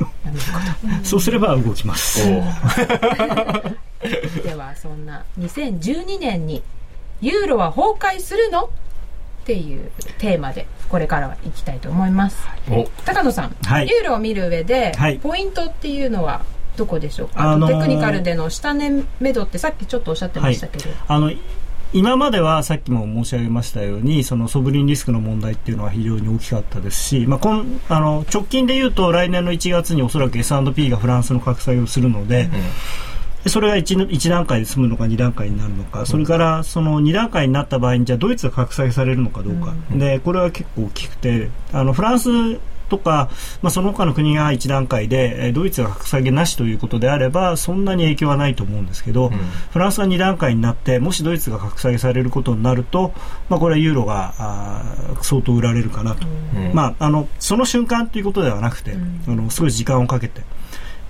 S1: やめるこ
S4: そうすれば動きます
S2: おー
S1: とではそんな2012年にユーロは崩壊するのっていうテーマでこれからはいきたいと思います
S2: お
S1: 高野さん、
S4: はい
S1: ユーロを見る上で、
S4: はい
S1: ポイントっていうのはどこでしょうか、
S4: あのー
S1: テクニカルでの下値目処ってさっきちょっとおっしゃってましたけど、
S4: あの今まではさっきも申し上げましたようにそのソブリンリスクの問題っていうのは非常に大きかったですし、まあ、こんあの直近で言うと来年の1月におそらく S&P がフランスの格下げをするので、それが 1, 一段階で済むのか2段階になるのか、それからその2段階になった場合にじゃあドイツが格下げされるのかどうか、でこれは結構大きくてあのフランスとか、まあ、その他の国が1段階でえードイツが格下げなしということであればそんなに影響はないと思うんですけ
S2: う
S4: ど、
S2: ん
S4: フランスが2段階になってもしドイツが格下げされることになると、まあ、これはユーロがあー相当売られるかなと、
S2: うん
S4: まあ、あのその瞬間ということではなくて、
S1: うん
S4: あのすごい時間をかけて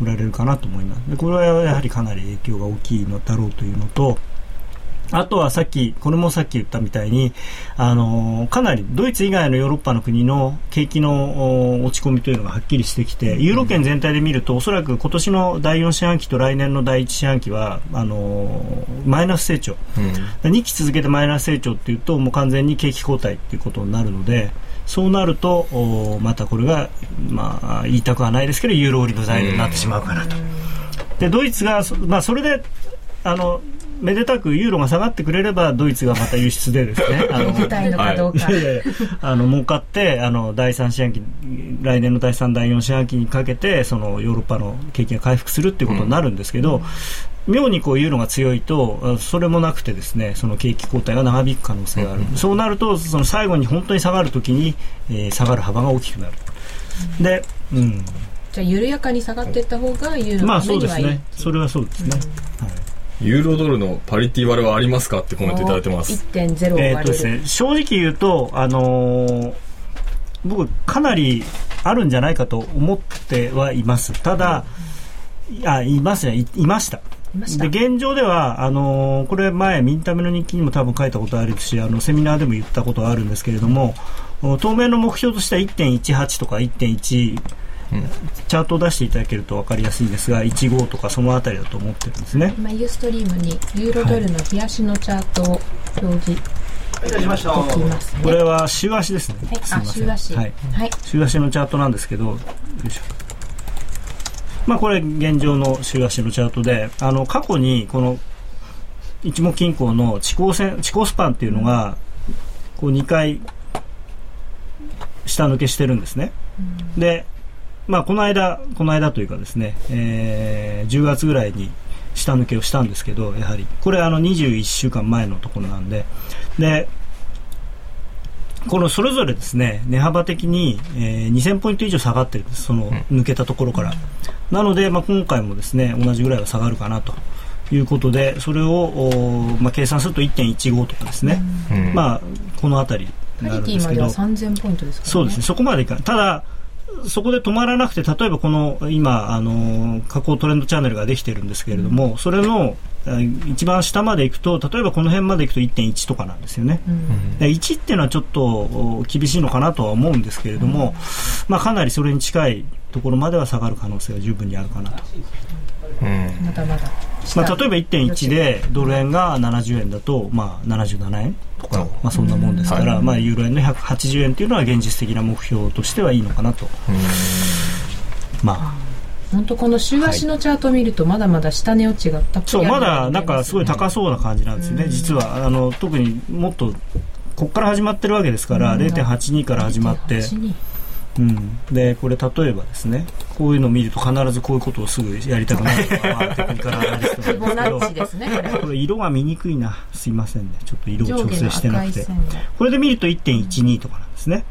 S4: 売られるかなと思いますでこれはやはりかなり影響が大きいのだろうというのとあとはさっきこれもさっき言ったみたいにあのかなりドイツ以外のヨーロッパの国の景気のお落ち込みというのがはっきりしてきてユーロ圏全体で見るとおそらく今年の第4四半期と来年の第1四半期はあのマイナス成長
S2: うん
S4: 2期続けてマイナス成長っていうともう完全に景気後退っていうことになるのでそうなるとおまたこれが、まあ、言いたくはないですけどユーロ売りの材料になってしまうかなと。でドイツが、そまあ、それであのめでたくユーロが下がってくれればドイツがまた輸出でですねあの
S1: 出たいのかどうか、
S4: いやいやいやあの儲かってあの第3四半期来年の第3第4四半期にかけてそのヨーロッパの景気が回復するっていうことになるんですけど、妙にこうユーロが強いとあそれもなくてですねその景気後退が長引く可能性がある、そうなるとその最後に本当に下がるときに、えー下がる幅が大きくなる。で、うん、
S1: じゃあ緩やかに下がっていった方がユーロ
S4: まあ
S1: の目
S4: そう
S1: に
S4: で
S1: は
S4: す
S1: いい、
S4: ね。それはそうですね。はい
S2: ユーロドルのパリティ割れはありますかってコメントいただいてます。
S1: 1.0を割
S4: え
S1: れ
S4: ーっ
S1: る、
S4: とですね、正直言うと、あのー僕、かなりあるんじゃないかと思ってはいます。ただ、あいますねい、いました。
S1: いました
S4: で現状では、あのーこれ前、ミンタメの日記にも多分書いたことあるし、あのセミナーでも言ったことがあるんですけれども、お当面の目標としては1.18とか1.1、
S2: うん
S4: チャートを出していただけると分かりやすいんですが、15とかそのあたりだと思ってるんですね。
S1: 今ユーストリームにユーロドルの冷やしのチャートを表示しておきますね、
S4: これは週足ですね。
S1: はい、
S4: すい
S1: あ
S4: ません
S1: 週足
S4: はい
S1: はい
S4: 週足のチャートなんですけど、よいしょまあ、これ現状の週足のチャートで、あの過去にこの一目均衡の地高線地高スパンっていうのがこう2回下抜けしてるんですね。で、まあ、この間この間というかですね、えー10月ぐらいに下抜けをしたんですけど、やはりこれあの21週間前のところなんで、でこのそれぞれですね値幅的に、えー2000ポイント以上下がってるんですその抜けたところから、なので、まあ、今回もですね同じぐらいは下がるかなということでそれを、おーまあ、計算すると1.15とかですね、
S2: うん
S4: まあこの辺り
S1: パ
S4: に
S1: リ
S4: なるん
S1: テ
S4: で
S1: ィ
S4: す
S1: ま
S4: け
S1: で
S4: ど
S1: は3000ポイントですから、ね、
S4: そうですね、そこまでいかない。ただ、そこで止まらなくて、例えばこの、今、あの、加工トレンドチャンネルができてるんですけれども、それの、えー一番下まで行くと、例えばこの辺まで行くと1.1とかなんですよね。で1っていうのはちょっとお厳しいのかなとは思うんですけれども、まあかなりそれに近いところまでは下がる可能性は十分にあるかなと。
S2: うん
S1: まだまだ
S4: まあ例えば1.1でドル円が70円だと、まあ77円とか、まあそんなもんですか
S2: うん
S4: ら、
S2: はい
S4: まあユーロ円の180円っていうのは現実的な目標としてはいいのかなと。まあ、
S1: 本当この週足のチャートを見るとまだまだ下値落ちがたっぷ
S4: そう
S1: りあ
S4: ま
S1: るように
S4: だ
S1: 見
S4: な
S1: え
S4: ん
S1: ま
S4: かすごい高そうな感じなんですよね、実はあの特にもっとここから始まってるわけですから、0.82から始まって、
S1: 0.82
S4: うん、でこれ例えばですねこういうのを見ると必ずこういうことをすぐやりたくなるのが、まあ、テクニカルアナリスト
S1: フィボナ
S4: なんで
S1: ッ
S4: す
S1: チ
S4: け
S1: ですねこれ
S4: どこれ色が見にくいなすいませんねちょっと色を
S1: 上
S4: 調
S1: 下の
S4: 整してな
S1: 赤
S4: く
S1: い
S4: て
S1: 線が
S4: これで見ると1.12とかなんですね、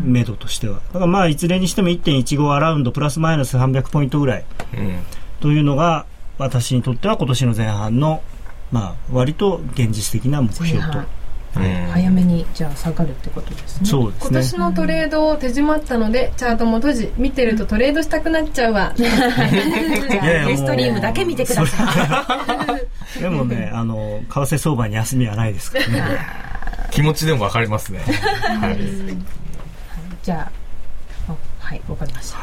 S4: 目処としてはだからまあいずれにしても1.15アラウンドプラスマイナス300ポイントぐらい
S2: うん
S4: というのが私にとっては今年の前半の、まあ、割と現実的な目標
S1: 前
S4: と
S1: 半
S2: うん
S1: 早めにじゃあ下がるってことですね
S4: そうです
S3: 今
S4: ね
S3: 年のトレードを手締まったのでチャートも閉じ見てるとトレードしたくなっちゃうわ
S1: じ
S4: いやい
S1: ゃ
S4: や
S1: あ
S4: もう
S1: デストリームだけ見てください
S4: でも ね、あの、為替相場に休みはないですからね。
S2: 気持ちでもわかりますね。はい。
S1: じゃああはいわかりました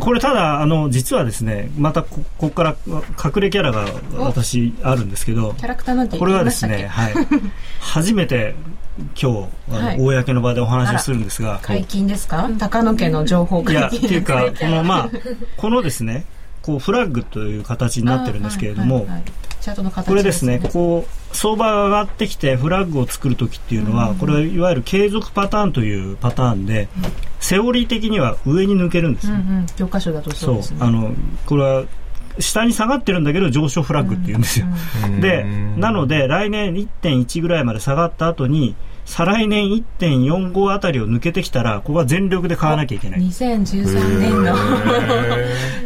S4: これただ、あの、実はですね、またこ、ここから隠れキャラが私あるんですけど、
S1: キャラクターなんて
S4: こ
S1: 言
S4: れ
S1: い
S4: は
S1: ま
S4: で
S1: した
S4: す
S1: っけ
S4: ね、はい。初めて今日、あの
S1: はい
S4: 公の場でお話をするんですが、
S1: 解禁ですか高野家の情報
S4: いや、
S1: 解
S4: って
S1: 禁
S4: いうか、この、まあ、このですね、こう、フラッグという形になってるんですけれども、
S1: あはいはいはいチャートの形
S4: これですね、こう、相場が上がってきてフラッグを作るときっていうのは、これはいわゆる継続パターンというパターンで、セオリー的には上に抜けるんです
S1: うんう
S4: よ、
S1: ん教科書だとそう
S4: そう
S1: ですね
S4: あの、これは下に下がってるんだけど上昇フラッグっていうんですよ。で、なの
S2: で、
S4: で来年1.1ぐらいまで下がった後に、再来年1.45あたりを抜けてきたら、ここは全力で買わなきゃいけない。
S1: 2013年の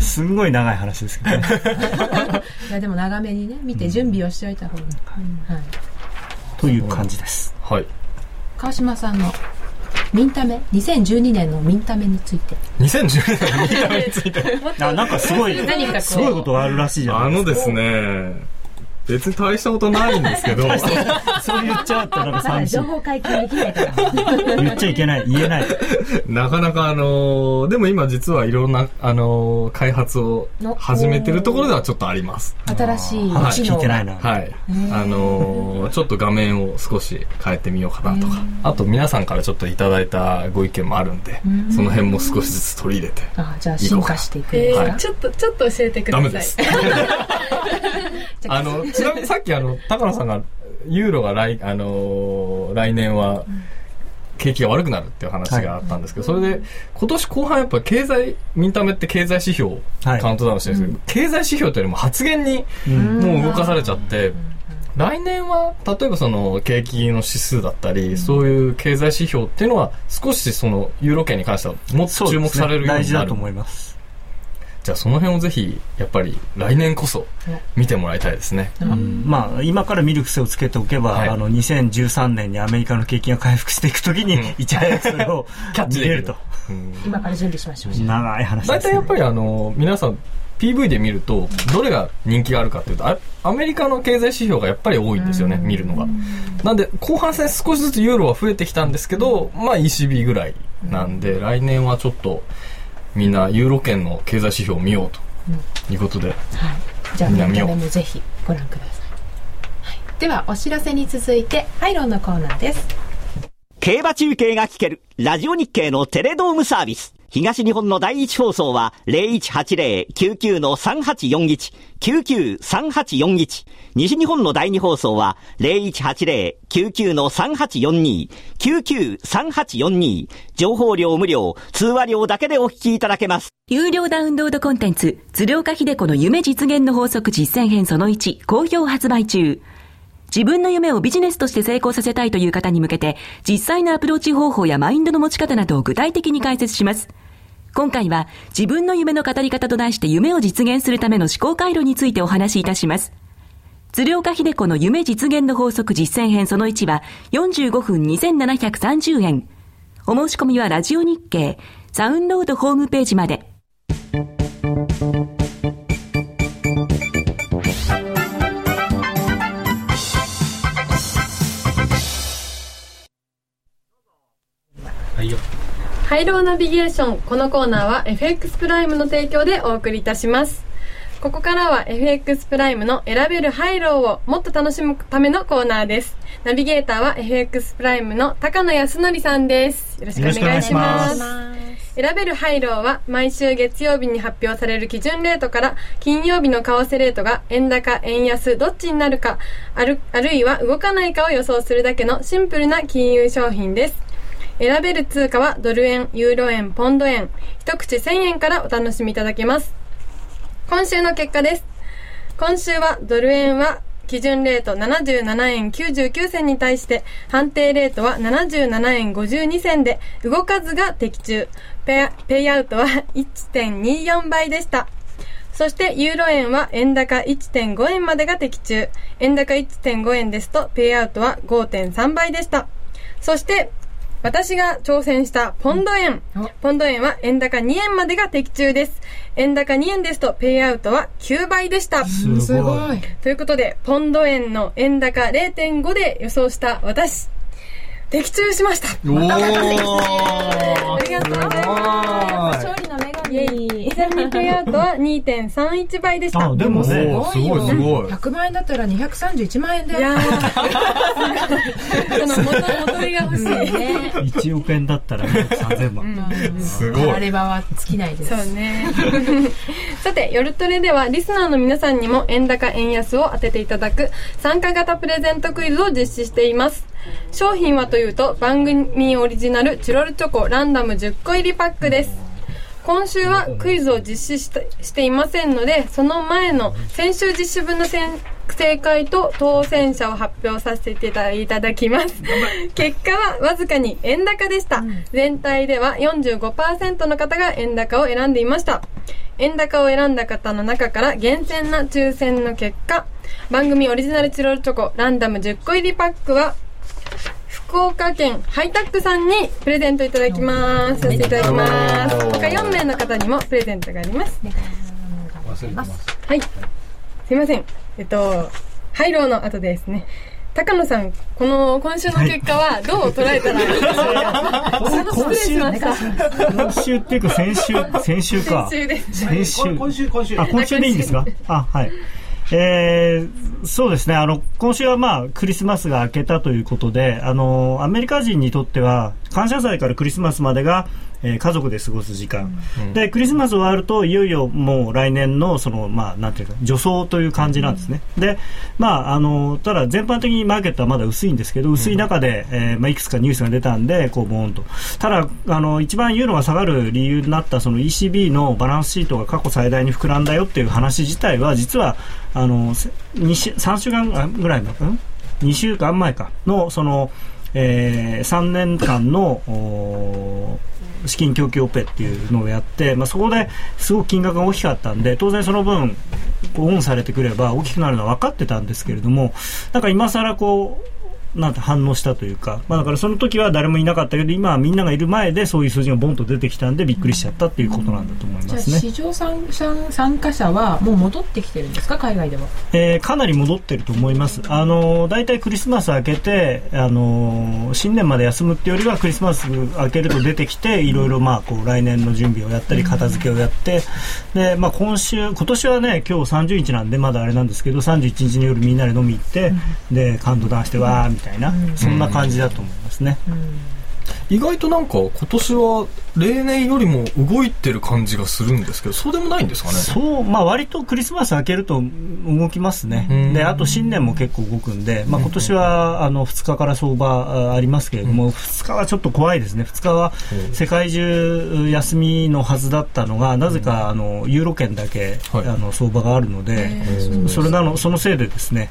S4: すんごい長い話ですけどね。
S1: いやでも長めにね見て準備をしておいた方が、うんはい、
S4: という感じです。
S2: はい。
S1: 川島さんのミンタメ2012年のミンタメについて
S2: 2010年の見た目について。
S4: あなんかすごい、
S1: 何かこう
S4: すごいことがあるらしいじゃない
S2: あ
S4: ですか
S2: のですね、別に大したことないんですけど、
S4: そう言っちゃうとなんか
S1: まだ
S4: 寂しい
S1: 情。報解禁できないから
S4: 言っちゃいけない、言えない。
S2: なかなかあのーでも今実はいろんな、あのー開発を始めてるところではちょっとあります。
S1: 新しい
S4: 話
S1: 知
S4: 聞
S1: 能
S4: いてない
S1: が
S4: な。
S2: はい。あのーちょっと画面を少し変えてみようかなとか、あと皆さんからちょっといただいたご意見もあるんで、その辺も少しずつ取り入れて。
S1: あじゃあ進化していくん
S3: え
S1: です
S3: ー
S1: か
S3: ちょっとちょっと教えてくださ
S2: ダ
S3: い
S2: メ です。あの、ちなみにさっきあの、高野さんが、ユーロが来、あのー来年は、景気が悪くなるっていう話があったんですけど、それで、今年後半やっぱ経済、ミンタメって経済指標、
S4: はい
S2: カウントダウンしてるんですけど、経済指標というよりも発言に、
S4: うん
S2: もう動かされちゃって、来年は、例えばその、景気の指数だったり、そういう経済指標っていうのは、少しその、ユーロ圏に関しては、もっと注目されるよう
S4: 大
S2: に
S4: 事
S2: な
S4: だ
S2: る
S4: と。思います。
S2: じゃあその辺をぜひ、やっぱり、来年こそ、見てもらいたいですね。
S4: うんまあ、今から見る癖をつけておけば、
S2: はい
S4: あの、2013年にアメリカの景気が回復していくときに、
S2: うん
S4: いち早くそれを
S2: キャッチで
S4: 見
S2: き
S4: れ
S2: る
S4: ると。
S2: うん
S1: 今から準備しましょう
S4: 長い話
S2: 大
S4: です、
S2: 体
S4: ね。
S2: やっぱりあの皆さん PV で見るとどれが人気があるかっていうとあアメリカの経済指標がやっぱり多いんですよね見るのがなんで後半戦少しずつユーロは増えてきたんですけどまあ ECB ぐらいなんで来年はちょっとみんなユーロ圏の経済指標を見ようということで
S1: はい、じゃあ見
S2: みんな
S1: た
S2: 見よう
S1: 目もぜひご覧ください、はい、ではお知らせに続いてハイロンのコーナーです
S5: 競馬中継が聞ける、ラジオ日経のテレドームサービス。東日本の第一放送は、0180-99の3841、99-3841。西日本の第二放送は、0180-99の3842、99-3842。情報量無料、通話料だけでお聞きいただけます。
S6: 有料ダウンロードコンテンツ、鶴岡秀子の夢実現の法則実践編その1、好評発売中。自分の夢をビジネスとして成功させたいという方に向けて、実際のアプローチ方法やマインドの持ち方などを具体的に解説します。今回は、自分の夢の語り方と題して夢を実現するための思考回路についてお話しいたします。鶴岡秀子の夢実現の法則実践編その1は45分2730円。お申し込みはラジオ日経、サウンロードホームページまで。
S3: ハイローナビゲーション。このコーナーは FX プライムの提供でお送りいたします。ここからは FX プライムの選べるハイローをもっと楽しむためのコーナーです。ナビゲーターは FX プライムの高野康則さんです。よろしくお願いします。選べるハイローは毎週月曜日に発表される基準レートから金曜日の為替レートが円高、円安、どっちになるか、ある、あるいは動かないかを予想するだけのシンプルな金融商品です。選べる通貨はドル円、ユーロ円、ポンド円。一口1000円からお楽しみいただけます。今週の結果です。今週はドル円は基準レート77円99銭に対して判定レートは77円52銭で動かずが的中ペアペイアウトは1.24倍でしたそしてユーロ円は円高1.5円までが適中。円高1.5円ですとペイアウトは5.3倍でした。そして私が挑戦したポンド円
S1: うんお。
S3: ポンド円は円高2円までが適中です。円高2円ですとペイアウトは9倍でした。
S1: すごい。
S3: ということで、ポンド円の円高0.5で予想した私、的中しました。
S2: おー
S3: ありがとうございま
S1: 勝利の女
S3: す。イェイ。ちなみにペイアウトは2.31倍でした。
S4: あでもね
S2: おーすごいすごい。
S1: 100万円だったら231万円で。
S3: い やー、その元、元りが欲しい。ね、
S4: 1億円だったら3000万、
S2: すごい。
S1: あればは尽きないです。
S3: そうね。 さて、夜トレではリスナーの皆さんにも円高円安を当てていただく参加型プレゼントクイズを実施しています。商品はというと番組オリジナルチュロルチョコランダム10個入りパックです。今週はクイズを実施したしていませんので、その前の先週実施分のせん正解と当選者を発表させていたいただきます。結果はわずかに円高でした。全体では45%の方が円高を選んでいました。円高を選んだ方の中から厳選な抽選の結果、番組オリジナルチロルチョコランダム10個入りパックは、福岡県ハイタックさんにプレゼントいただきます。させていただきます。他4名の方にもプレゼントがあります。
S7: 忘れてます。
S3: はい。すいません。えっと、ハイローの後ですね。高野さん、この今週の結果はどう捉えたらいいでしょうか失礼しました。
S4: 今週っていうか先週先週か
S3: 先週です。
S4: 先週
S7: 今今週、今週。
S4: あ、今週でいいんですかあ、はい。えーそうですね。あの、今週はまあ、クリスマスが明けたということで、あの、アメリカ人にとっては、感謝祭からクリスマスまでが、えー家族で過ごす時間、で、クリスマス終わると、いよいよもう来年の、その、まあ、なんていうか、助走という感じなんですね。で、まあ、あの、ただ全般的にマーケットはまだ薄いんですけど、薄い中で、えーまあ、いくつかニュースが出たんで、こう、ボーンと。ただ、あの、一番ユーロが下がる理由になった、その ECB のバランスシートが過去最大に膨らんだよっていう話自体は、実は、あの、せ二週3週間ぐらいの、ん ?2 週間前か、の、その、え3年間の、おー資金供給オペっていうのをやって、まあ、そこですごく金額が大きかったんで、当然その分、こうオンされてくれば大きくなるのは分かってたんですけれども、なんか今更こう、なんて反応したというか、まあ、だからその時は誰もいなかったけど、今はみんながいる前でそういう数字がボンと出てきたんで、びっくりしちゃったっていうことなんだと思い
S1: じゃ
S4: ま
S1: あ
S4: すね。
S1: 市場参参加者はもう戻ってきてるんですか海外では。
S4: えーかなり戻ってると思います、あのー大体クリスマス明けて、あのー新年まで休むっていうよりは、クリスマス明けると出てきて、いろいろまあこう来年の準備をやったり、片付けをやって、でまあ、今週、今年はね、今日30日なんで、まだあれなんですけど、31日の夜、みんなで飲み行って、でカウントダウンして、わーみたいな、そんな感じだと思いますね。
S2: 意外となんか今年は例年よりも動いてる感じがするんですけど、そうでもないんですかね。
S4: そう、まあ割とクリスマス明けると動きます
S2: う
S4: ね
S2: ん。
S4: で、あと新年も結構動くんで、まあ今年はあの2日から相場あありますけれども、2日はちょっと怖いですね。2日は世界中休みのはずだったのが、なぜかあのユーロ圏だけあ
S2: はい
S4: の相場があるので、それなの、そのせいでですね、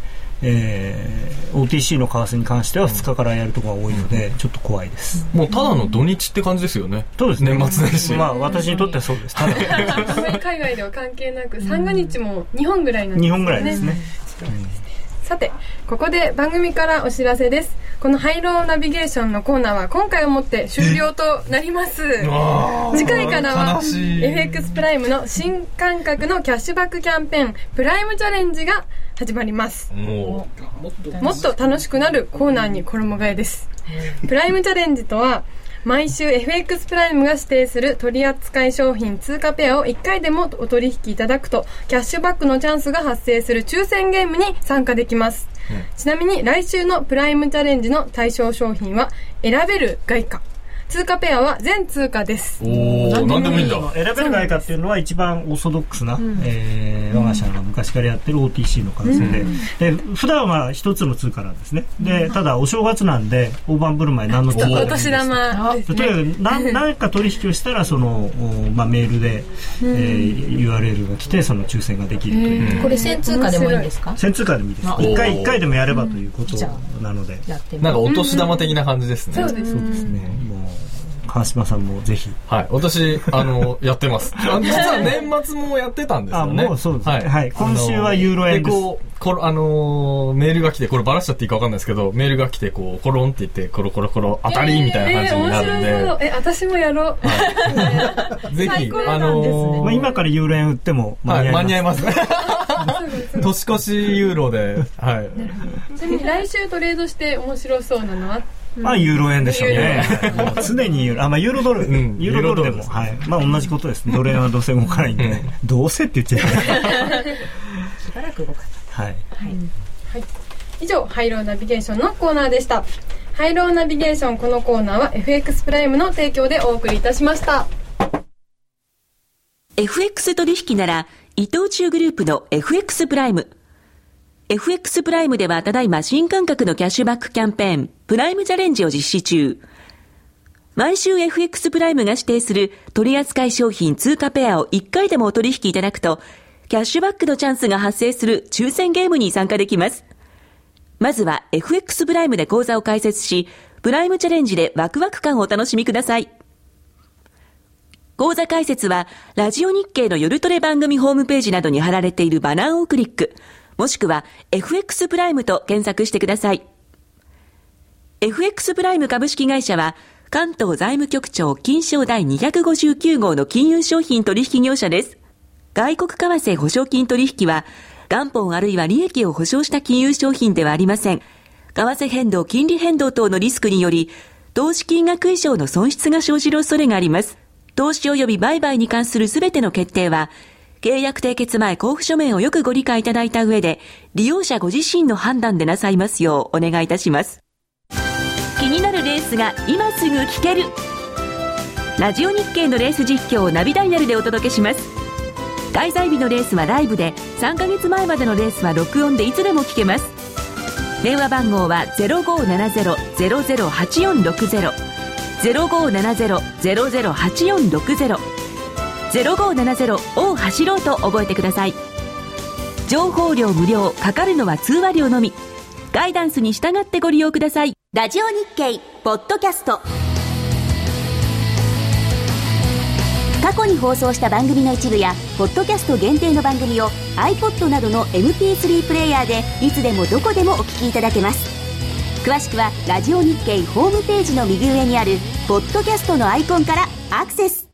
S4: えー OTC の為替に関しては2日からやるとこが多いので、ちょっと怖いです。
S2: もうただの土日って感じですよね。
S4: そうですね。
S2: 年末年始
S4: まあ私にとってはそうです。ただ
S3: あんまり海外では関係なく、三が日も2本ぐらいなんです
S4: 日
S3: よ
S4: 本ぐらいですね。
S3: さて、ここで番組からお知らせです。このハイローナビゲーションのコーナーは今回をもって終了となり ます。次回からは
S2: 悲しい
S3: FX プライムの新感覚のキャッシュバックキャンペーンプライムチャレンジが始まります。
S2: も
S3: もっと楽しくなるコーナーに衣替えです。プライムチャレンジとは、毎週 FX プライムが指定する取扱い商品通貨ペアを1回でもお取引いただくと、キャッシュバックのチャンスが発生する抽選ゲームに参加できます。ちなみに来週のプライムチャレンジの対象商品は、選べる外貨。通貨ペアは全通貨です
S2: う、。おー、なんでもいいんだ。
S4: 選べる外貨っていうのは一番オーソドックスな、えー我が社が昔からやってる OTC の為替で,、で普段は一つの通貨なんですねでただお正月なんで大盤振る舞い何の通貨でもい
S3: お
S4: いんです
S3: 年玉です
S4: でとに
S3: ね。
S4: かく何何か取引をしたらその、おまあ、メールで、えー URL が来てその抽選ができるという、
S1: これ1000通貨でもいいんですか
S4: 先通貨でもいいです
S1: あ
S4: 1
S2: お
S4: 回
S2: ー
S4: 一回でもやればということなので、
S1: やってみ
S2: なん
S1: ま
S2: かお年玉的な感じですね。
S3: そうです
S4: そうですねもう川島さんもぜひ。
S2: はい。私、あの、やってます。 あの実は年末もやってたんですよね。
S4: あもうそうですねはい今週はユーロ円です
S2: あので、こう、ころあのーメールが来て、これバラしちゃっていいかわかんないですけど、メールが来て、こう、コロンって言って、コロコロコロ、当たりみたいな感じになるんで、
S3: えー面白そうえ私もやろう、
S2: ぜ
S3: 最
S2: ひ
S3: 高、な
S2: あ
S3: んですね
S2: のー
S4: まあ、今からユーロ円売っても間
S2: は
S4: に
S2: い、間に合
S4: 合
S2: い
S4: いま。
S2: ますす。 年越しユーロで、はい。
S3: ちなみに来週トレードして面白そうなのは
S4: まあ、ユーロ円でしょうね
S3: ユ。
S4: もう常にユーロ、あ、まあ、ユーロドル、
S2: うん
S4: ユーロドルでも、
S2: ユーロドルですね
S4: はい。まあ、同じことですね。ドル円はどうせ動かないんで、
S2: うん
S4: どうせって言っちゃいけない。
S1: しばらく動かない
S4: はい。
S3: 以上ハイローナビゲーションのコーナーでしたハイローナビゲーションこのコーナーは FX プライムの提供でお送りいたしました
S6: FX 取引なら、伊藤忠グループの FX プライム。FX プライムではただいま新感覚のキャッシュバックキャンペーン、プライムチャレンジを実施中。毎週 FX プライムが指定する取扱い商品通貨ペアを1回でもお取引いただくと、キャッシュバックのチャンスが発生する抽選ゲームに参加できます。まずは FX プライムで講座を開設し、プライムチャレンジでワクワク感をお楽しみください。講座解説は、ラジオ日経の夜トレ番組ホームページなどに貼られているバナーをクリック、もしくは FX プライムと検索してください。FX プライム株式会社は、関東財務局長金賞第259号の金融商品取引業者です。外国為替保証金取引は、元本あるいは利益を保証した金融商品ではありません。為替変動、金利変動等のリスクにより、投資金額以上の損失が生じる恐れがあります。投資及び売買に関するすべての決定は、契約締結前交付書面をよくご理解いただいた上で、利用者ご自身の判断でなさいますようお願いいたします。気になるレースが今すぐ聞けるラジオ日経のレース実況をナビダイヤルでお届けします。開催日のレースはライブで3ヶ月前までのレースは録音でいつでも聞けます電話番号は0570-008460 0570-008460 0570を走ろうと覚えてください情報量無料かかるのは通話料のみガイダンスに従ってご利用ください
S8: ラジオ日経ポッドキャスト過去に放送した番組の一部やポッドキャスト限定の番組を iPod などの MP3 プレイヤーでいつでもどこでもお聞きいただけます詳しくはラジオ日経ホームページの右上にあるポッドキャストのアイコンからアクセス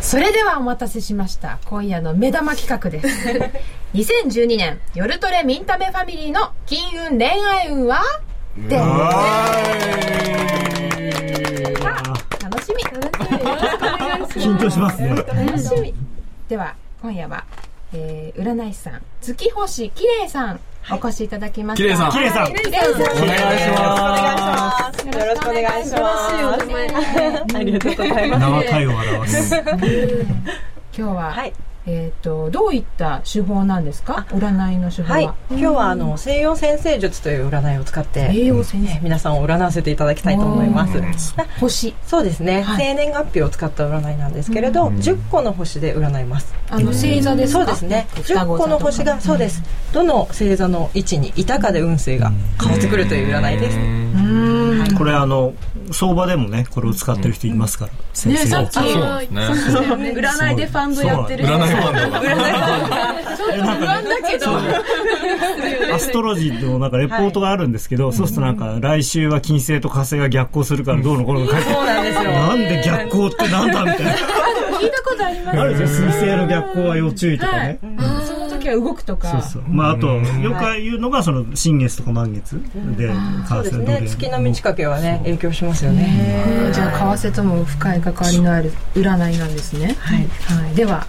S1: それではお待たせしました今夜の目玉企画です2012年夜トレミンタメファミリーの金運恋愛運はで楽しみ楽しみ
S4: 緊張しますね。
S1: 楽しみでは今夜は、えー、占い師さん月星きれいさんお越しいただきました
S2: きれいさん
S4: キレイさん。
S1: きれいさん
S2: お願いしま
S9: よろしくお願いします。
S3: お前
S9: ありがとうございます。
S4: 名は体を表す。
S1: 今日は、
S9: はい
S1: えっ、とどういった手法なんですか占いの手法は、
S9: はい、今日はあの西洋先生術という占いを使って、
S1: 栄養先
S9: え
S1: 生
S9: 皆さんを占わせていただきたいと思います。
S1: 星
S9: そうですね、
S1: はい
S9: 生年月日を使った占いなんですけれど、10個の星で占います。
S1: あの星座です
S9: そ
S1: か
S9: うですね。
S1: 双
S9: 10
S1: 子
S9: 個
S1: 座
S9: の
S1: とか
S9: 星が、そうです。どの星座の位置にいたかで運勢が変わってくるという占いです。
S4: これあの、相場でもね、これを使ってる人いますから。先
S1: ねさっ
S2: す。
S1: き
S2: そうですね。
S10: 占いでファンドやってる人
S2: 占いファンドが
S4: アストロジーのなんかレポートがあるんですけど、そうするとなんか来週は金星と火星が逆行するからどうのこうの書いてある
S9: そうなんですよ。
S4: なんで逆行ってなんだみたいな。
S1: 聞いたことあります
S4: あるじゃん、水星の逆行は要注意とかね。
S1: その時は動くとか
S4: そうそう。まあ、あと、よく言うのが、その、新月とか満月で、
S9: そ
S4: 関
S9: うです
S4: する奴
S9: ね。
S4: 隷
S9: 月の満ち欠けはね、影響しますよね。
S1: えーじゃあ為替とも深い関わりのある占いなんですね
S9: はい。
S1: はい、では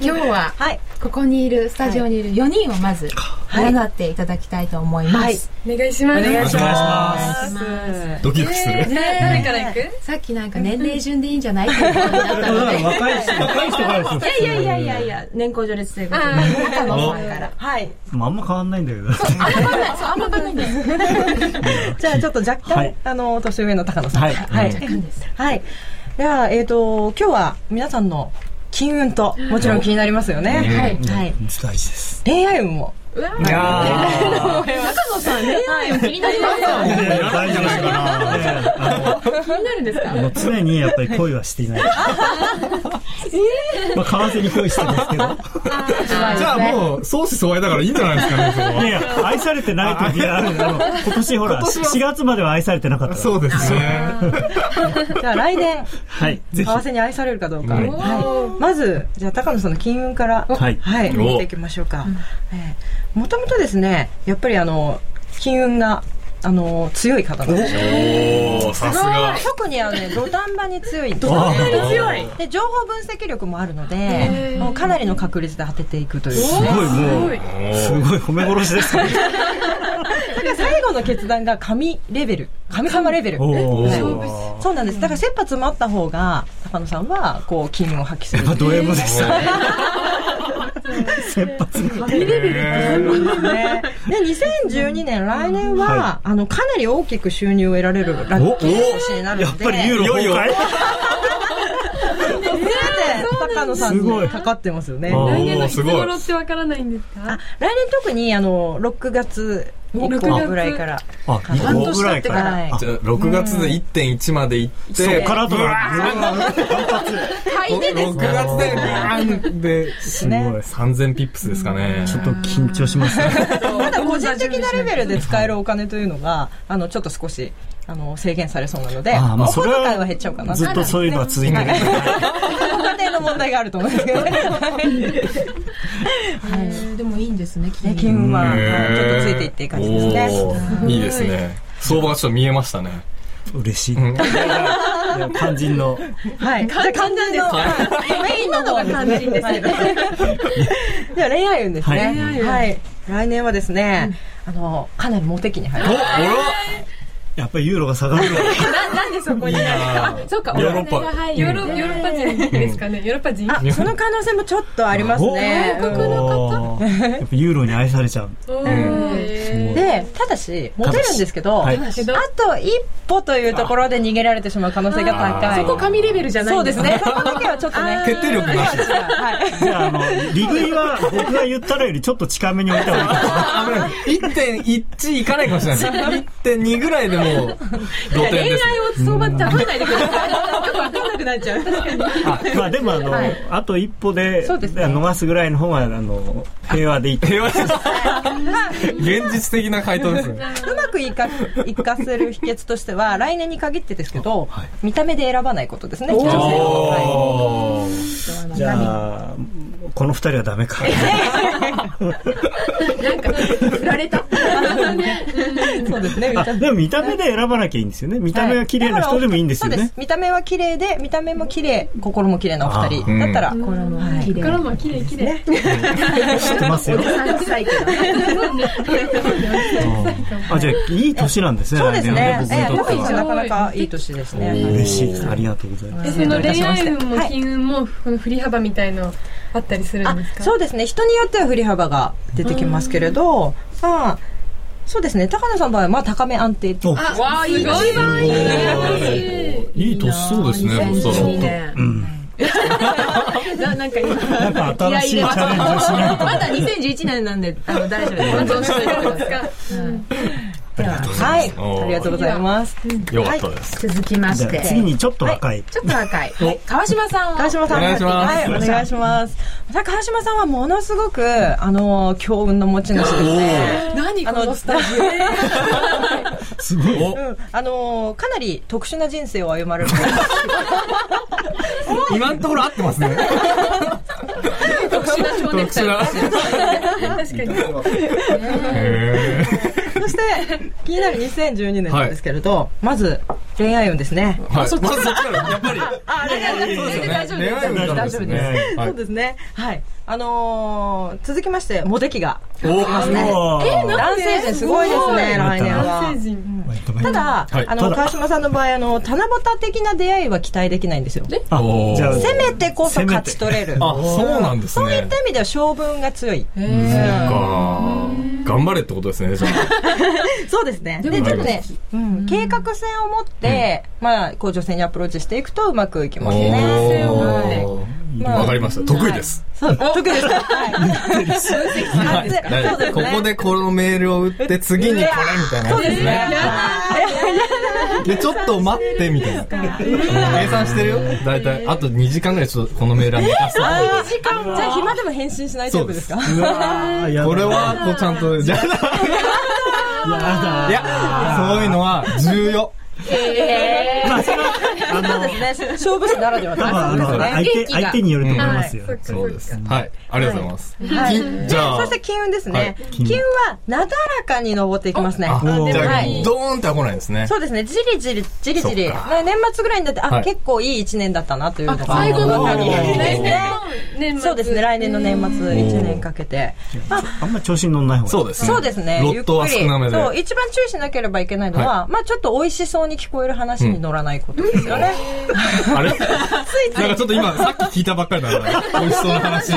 S1: 今日は
S9: はい。
S1: ここにいるスタジオにいる4人をまず占っていただきたいと思います、
S9: はい
S3: お願いします
S9: お願いしま
S1: お
S9: す。
S2: ドキドキす
S3: えー
S2: る。
S3: 誰から行く
S1: さっきなんか年齢順でいいんじゃないっていうことになったので
S4: 若い人、若い人からです よ。
S1: いやいやいやいやいや年功序列ということで
S3: あ
S1: 中野さんから
S9: はい。
S4: まあ、あんま変わんないんだけど。
S1: そうあんま分かんないんです
S9: じゃあちょっと若干、
S4: はい
S9: あの年上の高野さん。
S4: はい
S9: はい。
S1: 分かんないです
S9: はい。ではえっ、と今日は皆さんの金運ともちろん気になりますよね。
S11: うん
S9: はいはい。
S11: 大事です。
S9: 恋愛運も。
S11: いや
S1: 中野さん、恋愛運気になりま
S11: ー
S1: すか
S11: いやいや大事ですから。ね
S1: 気になるんですか
S11: あの
S4: 常にやっぱり恋はしていない。まあ、為替に恋してますけど。
S2: じゃあもう、相思相愛だからいいんじゃないですかね、そこは。
S4: いやいや愛されてない時があるけど、今年ほら、
S2: 今年は
S4: 4月までは愛されてなかった。そうですね。
S9: じゃあ来年、
S4: はい、
S9: 為
S4: ぜひ。
S9: 替に愛されるかどうか。
S4: は
S9: はいい。まず、じゃあ高野さんの金運から、
S4: はい
S9: はい、
S4: お
S9: 見ていきましょうか。えーもともとですね、やっぱりあの、金運が、あの、強い方なんですよ。
S2: おー、さすが。
S9: 特にあのね土壇場に強い
S2: 土壇場に強い
S9: で情報分析力もあるの
S2: へ
S9: でもうかなりの確率で当てていくという
S4: すごい、もう、すごい褒め殺しですね。
S9: だから最後の決断が神レベル神様レベル
S4: おー
S9: はいそうなんですだから切羽詰まった方が高野さんはこう金運を発揮する
S4: やっぱド M でしたね
S9: 切羽詰ま神レベルで すねで2012年来年は、
S4: は
S9: あのかなり大きく収入を得られるラッキー年になる
S4: や
S9: の
S4: っ
S9: で
S4: ぱりユーロ崩壊
S9: 全て高野さんにかかってますよね。
S4: すごい
S9: 来
S4: 来年
S9: 年の
S4: の
S9: い
S4: い
S9: つ
S4: つ
S9: 頃
S4: 頃
S9: ってわからないんですか？来年特にあの6月以
S2: 6
S9: 降
S2: 月
S9: ぐらいから。
S4: あ、
S9: 半年経ってから
S2: あじゃあ、6月で1.1まで行って、
S4: そっからと
S2: ブワ
S4: か
S1: 買い手です
S2: ー6月で、ブワーンで、
S9: すごい
S2: 3000ピップスですかね。ちょっと
S4: 緊張しますね。
S9: ただ個人的なレベルで使えるお金というのがあのちょっと少しあの制限されそうなので、
S4: あーまあ
S9: お
S4: そ
S9: 小
S4: れは
S9: 遣いは減っちゃうかな。
S4: ずっとそういうのは続いてる。
S9: ご家庭の問題があると思うんですけどね。はい、でもいいんですね金金運は、はいちょっとついていっていい感じですね
S2: おー。いいですね。相場がちょっと見えましたね。
S4: 嬉し
S2: い
S4: い。や肝心の。
S9: はい。じゃあ肝心の、はいメインの方が肝心ですけど。じゃあ恋愛運ですね。
S4: はい
S9: はい。来年はですね、あの、かなりモテ期に入る。
S4: やっぱりユーロが下がる。
S3: ななんでそこに
S4: いいな
S3: あそうか
S4: ヨーロッパ
S3: お金が入るヨーロヨーロッパ人ですかねヨーロッパ人
S9: あ、その可能性もちょっとありますね。
S4: おーやっぱユーロに愛されちゃう。
S9: で、ただし、モテるんですけど、
S4: はい
S9: あと一歩というところで逃げられてしまう可能性が高い。
S4: そこ
S9: 神レベルじゃ
S3: ない
S9: そ
S3: ん
S9: う
S3: で
S9: ですすね。そこだけはちょっとね。
S4: 決定力なし
S9: はい。
S4: じゃあ、あの、利食いは僕が言ったのよりちょっと近めに置いた方がいい。
S2: 1.1いかないかもしれない。1.2ぐらいでもう、同点です。
S9: 相場って合わないでください。よくわかんなくなっちゃう。確かに。
S4: あ まあでもあの、
S9: はい
S4: あと一歩で
S9: そうですね
S4: 逃すぐらいの方があの平和でいい
S2: 平和現実的な回答ですね。
S9: うまくいかいかせる秘訣としては来年に限ってですけど、見た目で選ばないことですね女性は
S4: じゃあこの二人はダメか
S3: 振られた
S9: いそうですね見
S4: あ
S9: た
S4: でも見た目で選ばなきゃいいんですよね見た目が綺麗な人でもいいんですよ
S9: そう
S4: ね、
S9: 見た目は綺麗で見た目も綺麗心も綺麗なお二
S4: あう
S9: 人
S4: ん
S9: だった ら、
S1: 心も綺麗
S3: 心も綺麗綺麗
S4: 知ってますよあじゃあいい年なんですね
S9: そうです
S4: 来
S9: ね
S4: 年
S9: ええ
S4: はね僕
S9: 特
S4: にとっ
S9: に
S4: て
S9: な
S4: は
S9: かなかいい年ですね
S4: 嬉しいですありがとうございます
S3: でその恋愛運も金運もこの振り幅みたいのあったりするんですか
S9: そうですね人によっては振り幅が出てきますけれど、まあそうですね高野さんの場合はまあ高め安定
S4: お
S3: あわあいい一番いい
S2: いい年そうですね、そしたら。
S11: ななんか今
S4: なんか新しいチャレンジをしないと
S11: まだ2011年なんであの大丈夫です。温存しといてください
S9: はいありがとうございます
S2: よかったです。
S1: 続きま
S4: じ
S1: し
S4: ゃあ
S1: て。
S4: 次にちょっと若い
S1: ちょっと若い。はい川島さんを。
S9: 川島さん
S2: お願いします
S9: はい、お願いします。さあ川島さんはものすごく、あの、強運の持ち主ですね。
S11: 何このスタジ
S4: すごい
S9: うん、あの、かなり特殊な人生を歩まれる。
S2: 今のところ合ってますね。
S11: オ特殊な少年
S2: 特殊
S11: 確
S2: な
S11: かに
S2: へ
S9: そして、気になる2012年なんですけれど、まず、恋愛運ですね。
S2: ーはい。まずそっから、やっぱり。
S9: あ、恋愛運ですね。
S2: 大丈夫です
S9: 大丈夫
S2: 大
S9: で
S2: 丈
S9: す。
S2: 夫です
S9: そうですね。はい。あのー続きまして、モテ期が。
S2: お
S9: ますね
S4: おー
S9: 男性陣すごいですね、来年は。ただ、
S4: はい
S9: あ
S4: た
S9: の、
S4: だ
S9: 川島さんの場合、あの、七夕的な出会いは期待できないんですよ。
S4: あ
S2: おー
S4: じゃあ
S9: せめてこそ勝ち取れる。
S2: あ、そうなんです
S9: そういっ
S2: ね。
S9: た意味では勝負が強い。
S2: か頑張れってことですね、じゃ
S9: そうですね。で、
S2: も
S9: ちょっとね、うん計画性を持って、まあ、こう女性にアプローチしていくとうまくいき
S2: あ。
S9: ますね。
S2: おーわかりました。得意です。
S9: そう得意です。はい。
S2: はい
S9: そうです
S2: こ
S9: ね
S2: こでこのメールを打って、次にこれみたいなやつですね。で、ちょっと待ってみたいな。計算してるよ。だいたい、あと2時間ぐらいちょっとこのメールは寝かすと。
S9: あー時間じゃあ暇でも返信しないタイプですか
S2: そうですうわーやだこれはこうちゃんとじゃあいや、そういうのは重要。
S9: え
S4: まあそ
S9: そ
S4: れあの
S9: うですね勝負師ならでは
S4: 多分あの相手相手によると思いますよ。
S2: そうです。はい。ありがとうございます。
S9: はい、
S2: じ
S9: じ
S2: ゃ
S9: ゃ
S2: あ
S9: あそして金運です
S2: は
S9: ね
S2: い、
S9: 金運はなだらかに登っていきますね
S2: あ、じゃ
S9: は
S2: あ、
S9: い
S2: ドーンっては来ないですね。
S9: そうですねじりじりじりじり
S2: そっ
S9: ね年末ぐらいになってあ、
S2: はい
S9: 結構いい一年だったなというのが
S2: 最後の
S9: わかる
S2: おー
S9: ですねそうですね来年の年末一年かけて
S4: あんまり調子に乗らない方が
S2: そうで
S9: そうですね
S2: ロットは
S9: ゆっく
S2: 少
S9: り
S2: なめで。
S9: そう一番注意しなければいけないのは、まあちょっと美味しそうに聞こえる話に乗らないことですよね、
S2: あ れなんかちょっと今、さっき聞いたばっかりだから、美味しそうな話。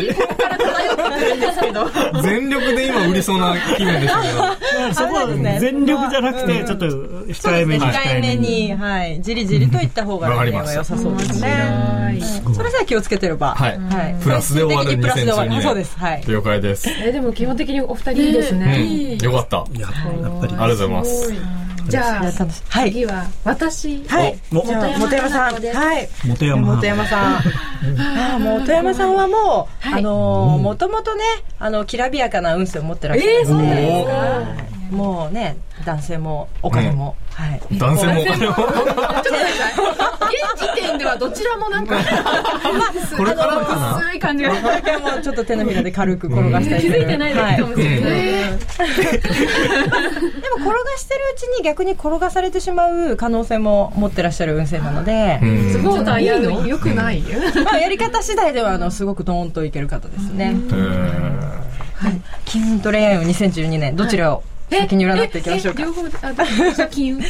S2: 全力で今売りそうな気分でしたけど。
S4: そこは全力じゃなくて、ちょっと控えめに
S9: 控えめに、はい、じりじりといった方が
S2: わかり
S9: 来
S2: ま
S9: 年
S2: し
S9: は
S2: た
S9: 良さそうですね。うんそれさえ気をつけてれば、
S2: はいプラスで終わる
S9: プラスで終わる
S2: 2012年
S9: そうです。はい。
S2: 了解です。
S11: えでも基本的にお二人いいです
S2: う
S11: ね。
S2: ん、よかった。やっぱり。ありがとうございます。
S11: じゃあ
S9: はい
S11: 次は私。
S9: はい。
S4: お
S9: じゃあ、本山さん。はい。
S4: 元山
S9: 本山さん。ああ、もう本山さんはもう、あのー、もともとね、あの、きらびやかな運勢を持ってらっしゃる。
S11: えーそうなんですか
S9: はいもうね、男性もお金も、はい。
S2: 男性もお金も。
S11: 現時点ではどちらもなんか
S2: これからかな
S11: 薄い感じが。
S9: お金もちょっと手のひらで軽く転がしたり
S11: 気
S9: する
S11: づいてないだけかもしれない。え
S9: でも転がしてるうちに逆に転がされてしまう可能性も持ってらっしゃる運勢なので、
S11: ーすごいダイヤの良くない。
S9: まあ、やり方次第ではあのすごくドーンといける方ですね。
S2: えー
S9: 金運と恋愛運2012年どちらを先に占っていきましょうか。
S11: ええ両方であ私 金運。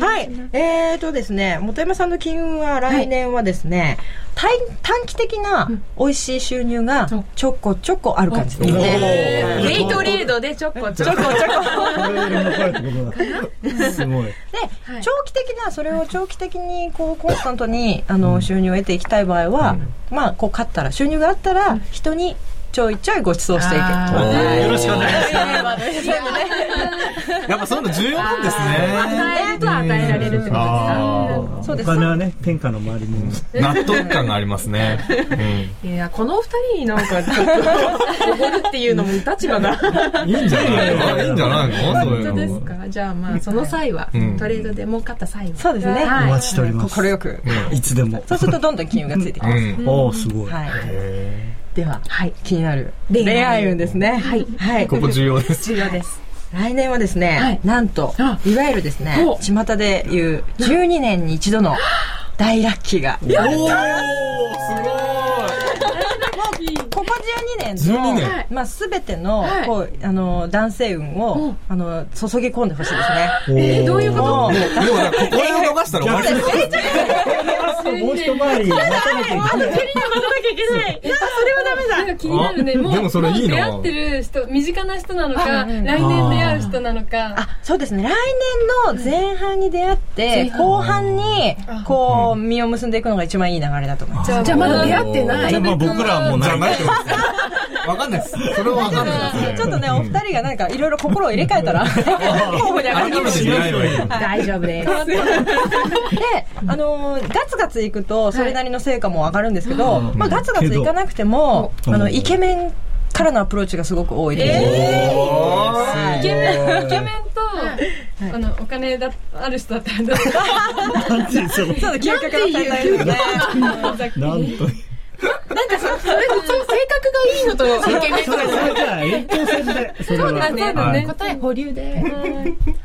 S9: はい、えーとですね、本山さんの金運は来年はですね、短短期的な美味しい収入がちょこちょこある感じですね。
S11: ウェイトリードでちょこちょこ。
S4: すごい。
S9: で、長期的なそれを長期的にこうコンスタントにあの収入を得ていきたい場合は、まあこう勝ったら収入があったら人にちょいちょいご馳走していく。
S11: あ
S4: よろしくお願いします。
S2: やっぱそういうの重要なんですね。
S11: 与えると与えられるってことですか。
S2: あ
S9: そう
S4: お
S9: です。
S4: 金はね、天下の周りも。
S2: ー納得感がありますね。
S11: いやこのお二人になんかちょっとおごるっていうのも立場が。
S4: いいんじゃ
S2: うんいいんじゃないのそう
S11: 本
S2: い
S11: 当で
S2: う
S11: す
S2: の。
S11: か。じゃあまあその際は
S2: うん
S11: トレードで儲かった際は。
S9: そうですね
S4: お
S11: はい
S4: 待ちしております。
S9: 心よく。
S4: いつでも。
S9: そうするとどんどん金運がついてき
S2: う
S9: ます。
S2: ん。
S4: おおすごい。
S9: はい。
S2: へ
S9: では、
S11: はい
S9: 気になる
S11: 恋愛
S9: 恋愛運ですね。はい。はい
S2: ー。ここ重要です。
S11: 重要です。
S9: 来年はですね、
S11: はい
S9: なんと
S11: あ、
S9: いわゆるですね
S11: お、
S9: 巷でいう12年に一 度の大ラッキーが。
S2: おおー
S9: ここ12年
S2: すごい !12
S9: の、
S2: 年。
S9: まあ、すべての
S11: はい、
S9: こう、あの、男性運
S11: う
S9: を
S11: ん、
S9: あの、注ぎ込んでほしいですね。
S11: えどういうこと？
S9: もう
S2: でもね、ここれを逃したら終わりです。
S4: もう一回り待たなきゃいけない。
S10: なんか気になるね。
S2: あ
S10: もう、
S2: でもそれいいな
S10: もう出会ってる人、身近な人なのか、来
S9: うんうん
S10: 年出会う人なの
S9: あ
S10: か。、
S9: そうですね。来年の前半に出会って、後半に、こう、実を結んでいくのが一番いい流れだと思います。
S11: じゃあまだ出会ってな
S4: じゃあ
S11: い。
S4: まあ僕らはもう
S2: じゃあ
S4: な
S2: な
S4: い。
S2: いってことですねわかんないです。それはわかんないですね。
S9: ちょっとね、お二人がなんか、いろいろ心を入れ替えたら、候補に上が
S2: 改
S9: るかも
S2: めて
S9: し
S2: 見
S9: れない。
S2: ない方がいい。
S11: 大丈夫です。
S9: で、あのーガツガツいくとそれなりの成果も上がるんですけど、
S4: うん
S9: まあ、ガツガツいかなくても
S4: けど
S9: あ
S4: う
S9: の
S4: ん
S9: イケメンからのアプローチがすごく多いです、
S2: お
S9: は
S10: イ
S9: い
S10: ケメン、イケメンと、あの、お金だ、ある人だったらどう
S4: なんていうその
S9: ちょっと究極の状態ですね
S4: なんと。
S11: なんかそそれそう性格がいいのとイケメンとか
S4: それじゃあ一等戦で。それは
S11: だね
S4: はい
S11: 答え保留で。はい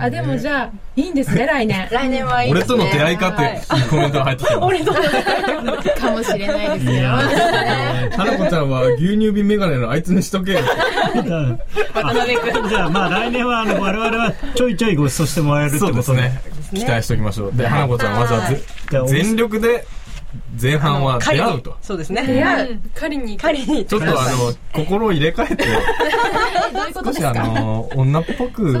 S11: あでもじゃあいいんですね来年。
S9: 来年はいいで
S2: 俺
S9: すね
S2: との出会いかってコメントが入ってきてます。
S9: 俺との出会い
S11: かもしれないです
S4: い
S11: よ。
S4: や
S2: 花子ちゃんは牛乳瓶メガネのあいつにしとけよ。
S4: うんあじゃあまあ来年はあの我々はちょいちょいご馳走してもらえるって
S2: そう
S4: こ
S2: です
S4: とで
S2: ね。期待しておきましょう。で、花子ちゃんまずはぜ
S4: じゃあお店
S2: 全力で前半は出会うと。
S9: そうですね。
S12: 出会う。狩りに
S9: 狩りに
S2: ちょっとあの、心を入れ替えて、
S12: どういうこと
S2: 少
S12: で
S2: し
S12: す
S2: あ
S12: か
S2: の、女っぽく、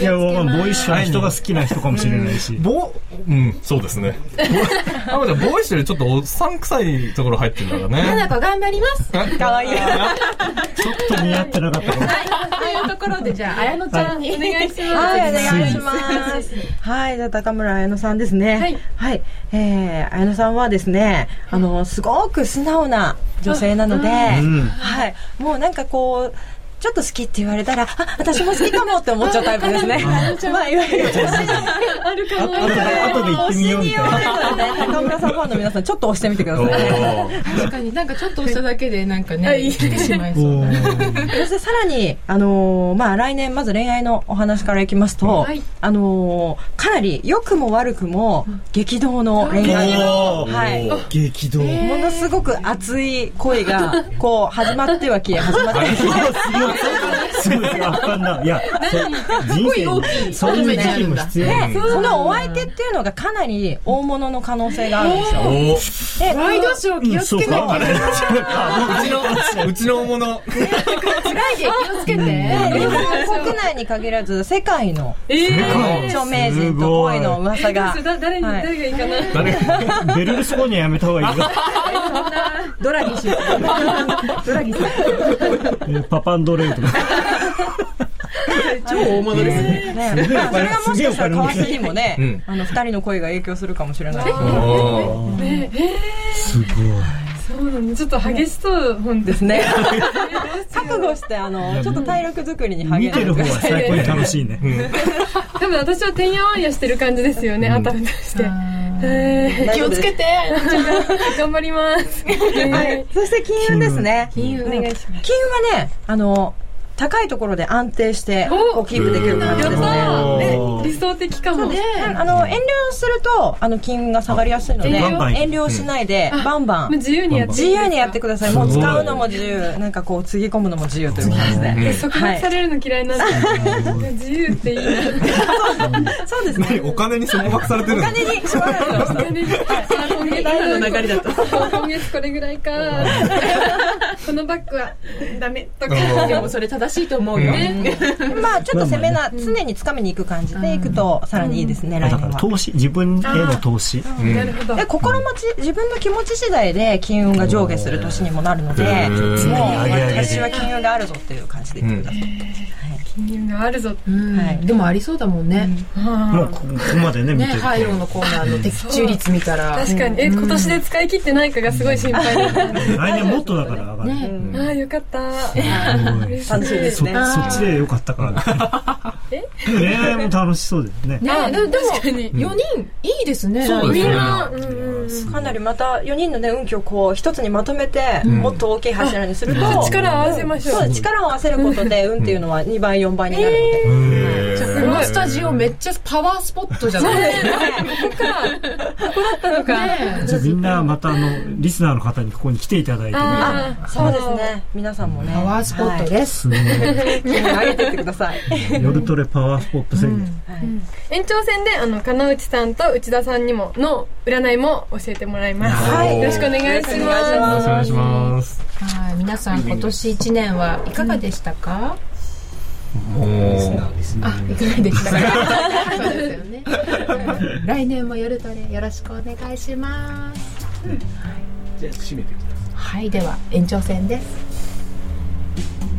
S4: いや、もう、ボーイッシュな人が好きな人かもしれないし。
S2: ボうん、そうですね。 あまちゃん、ボーイッシュよりちょっとおっさん臭いところ入ってるからね。
S13: 花子頑張ります
S9: 可愛い
S4: ちょっと似合ってなかったかも。
S13: というところでじゃあ綾乃ちゃんお願いします
S9: はい、お願いします。はい、じゃあ高村彩乃さんですね。はい。えー、彩乃さんはですね、あの、すごく素直な女性なので、
S4: うん
S9: はい、もうなんかこう、ちょっと好きって言われたら、あ、私も好きかもって思っちゃうタイプですね。まあ、いわゆ る、
S3: あるかも。
S4: 後で、後で行ってみようみたいな。
S9: 高村さんファンの皆さん、ちょっと押してみてください。
S1: 確かになんかちょっと押しただけでなんかね、生きてしまいそう。
S4: お
S9: そしてさらに、あのーまあ、来年まず恋愛のお話からいきますと、
S3: い
S9: あのーかなり良くも悪くも激動の恋愛
S4: お
S9: はい
S4: ー激動。
S9: ものすごく熱い恋がこう始まっては消え始ま っては消え
S4: すごい、圧巻だ。いや、そ人生に、そういう時期も必要なんだ
S9: でそのお相手っていうのがかなり大物の可能性があるんですよ。で
S1: ワイドショー気をつ
S4: そう
S1: けて。
S4: か。あれ
S2: うち の、うちの大
S1: 来
S2: 物。
S1: 月気をつけて。
S9: 日本国内に限らず世界の
S4: え
S9: 著名人と恋の噂が
S3: それだ誰に、
S9: はい
S3: 誰がいいかな。
S2: 誰が
S4: ーベルルス後にはやめた方がいいよ。
S9: ドラギ氏ドラギ氏
S4: えーパパンドレイとか。
S1: 超大物ですね。
S9: ね、
S4: すげえお金
S9: それがもしかしたら
S4: すげえお金持
S9: 川
S4: ち
S9: 崎にもね、
S2: うん
S9: あの二人の恋が影響するかもしれない
S2: おー
S4: すごい。
S3: そうなの。ちょっと激しそう、本当
S9: で
S3: に。
S9: すね。 覚悟してあのちょっと体力作りに
S4: 見
S9: 励ん
S4: て
S9: で
S4: る
S9: く
S4: 方
S9: だ
S4: は
S9: さい。
S4: 最高に楽しいね。
S3: 多分私はてんやわんやしてる感じですよね、あたふたして。へ
S9: 大
S1: 気
S9: 丈夫
S1: をつ
S9: です
S1: けて。
S3: ー 頑張ります。
S9: はい。そして金運ですね。金運お願いします。金運はねあの高いところで安定して
S3: お
S9: こうキープできる感じ
S3: や
S9: で
S3: っ
S9: す
S3: た
S9: ね。
S3: ー
S4: お
S3: ね
S4: ー
S3: 理想的かも。
S9: あの遠慮するとあの金運が下がりやすいので
S3: あバ
S4: ンバン
S9: 遠慮しないでバンバン
S3: 自由にやっていい
S9: 自由にやってくださいもう
S4: すごい
S9: 使うのも自由なんかこうつぎ込むのも自由ということですね
S3: 束縛されるの嫌いなんで、自由っていいな。
S9: そうですね
S2: 何お金に束縛されてる
S9: お
S2: の
S9: 金に縛られてます
S3: お金にあ今月
S1: 今の流れだと。
S3: 今月これぐらいか。このバッグはダメとか。
S1: でもそれ正しいと思うよ。
S9: まあちょっと攻めな、常に掴みに行く感じでいくと、さらにいいですね、
S4: だ
S9: 来
S4: か
S9: 年
S4: ら
S9: は。
S4: 投資、自分への投資。
S2: うん
S3: なるほど。
S9: で心持ち自分の気持ち次第で金運が上下する年にもなるので、
S2: へ
S9: もう
S2: ー
S9: 私は金運があるぞっていう感じでいってください。
S3: 金融があるぞ。
S1: でもありそうだもんね。
S4: もうここまでね、見
S1: ね、
S4: てると。
S1: ハイローのコーナーの的中率見たら。
S3: 確かに。え、今年で使い切ってないかがすごい心配だった。
S4: 来年もっとだから上がる。
S1: ね、
S3: ああ、よかった。
S4: す
S9: 楽しみで
S4: ご
S9: す
S4: い
S9: ね。
S4: そそっちでよかったから。 恋愛も楽しそうですね。
S1: ね、でも
S3: 確か
S1: 4
S3: に。
S1: 人いいですね。
S2: そう
S1: 来年
S2: です
S3: みん
S2: ね。
S3: な、うんうんうん
S9: かなりまた4人のね運気をこう一つにまとめて、もっと大きい柱にすると、
S3: 力を合わせましょ
S9: そう
S3: う。
S9: 力を合わせることで運っていうのは2倍4倍になるので、
S2: へ
S1: こ
S2: ー
S1: のスタジオめっちゃパワースポットじゃないですか。ここだったのか。ね
S4: じゃあみんなまたあの、リスナーの方にここに来ていただいてね。
S3: ああ、
S9: そうですね皆さんもね
S1: パワースポットです。
S9: 金運上げてってください
S4: 夜トレパワースポット宣言。
S3: 延長戦で、あの、金内さんと内田さんにも、の占いも教えてもらいます。
S9: はい
S3: よろしくお願いし
S2: お
S3: ま
S2: 願いします。
S1: はい、皆さん今年1年はいかがでしたか？あ、
S2: もう、
S1: いかがでした か？そうですよね。はい来年も夜トレよろしくお願いします。
S14: じゃあ、締めてください。
S1: はい、では延長戦です。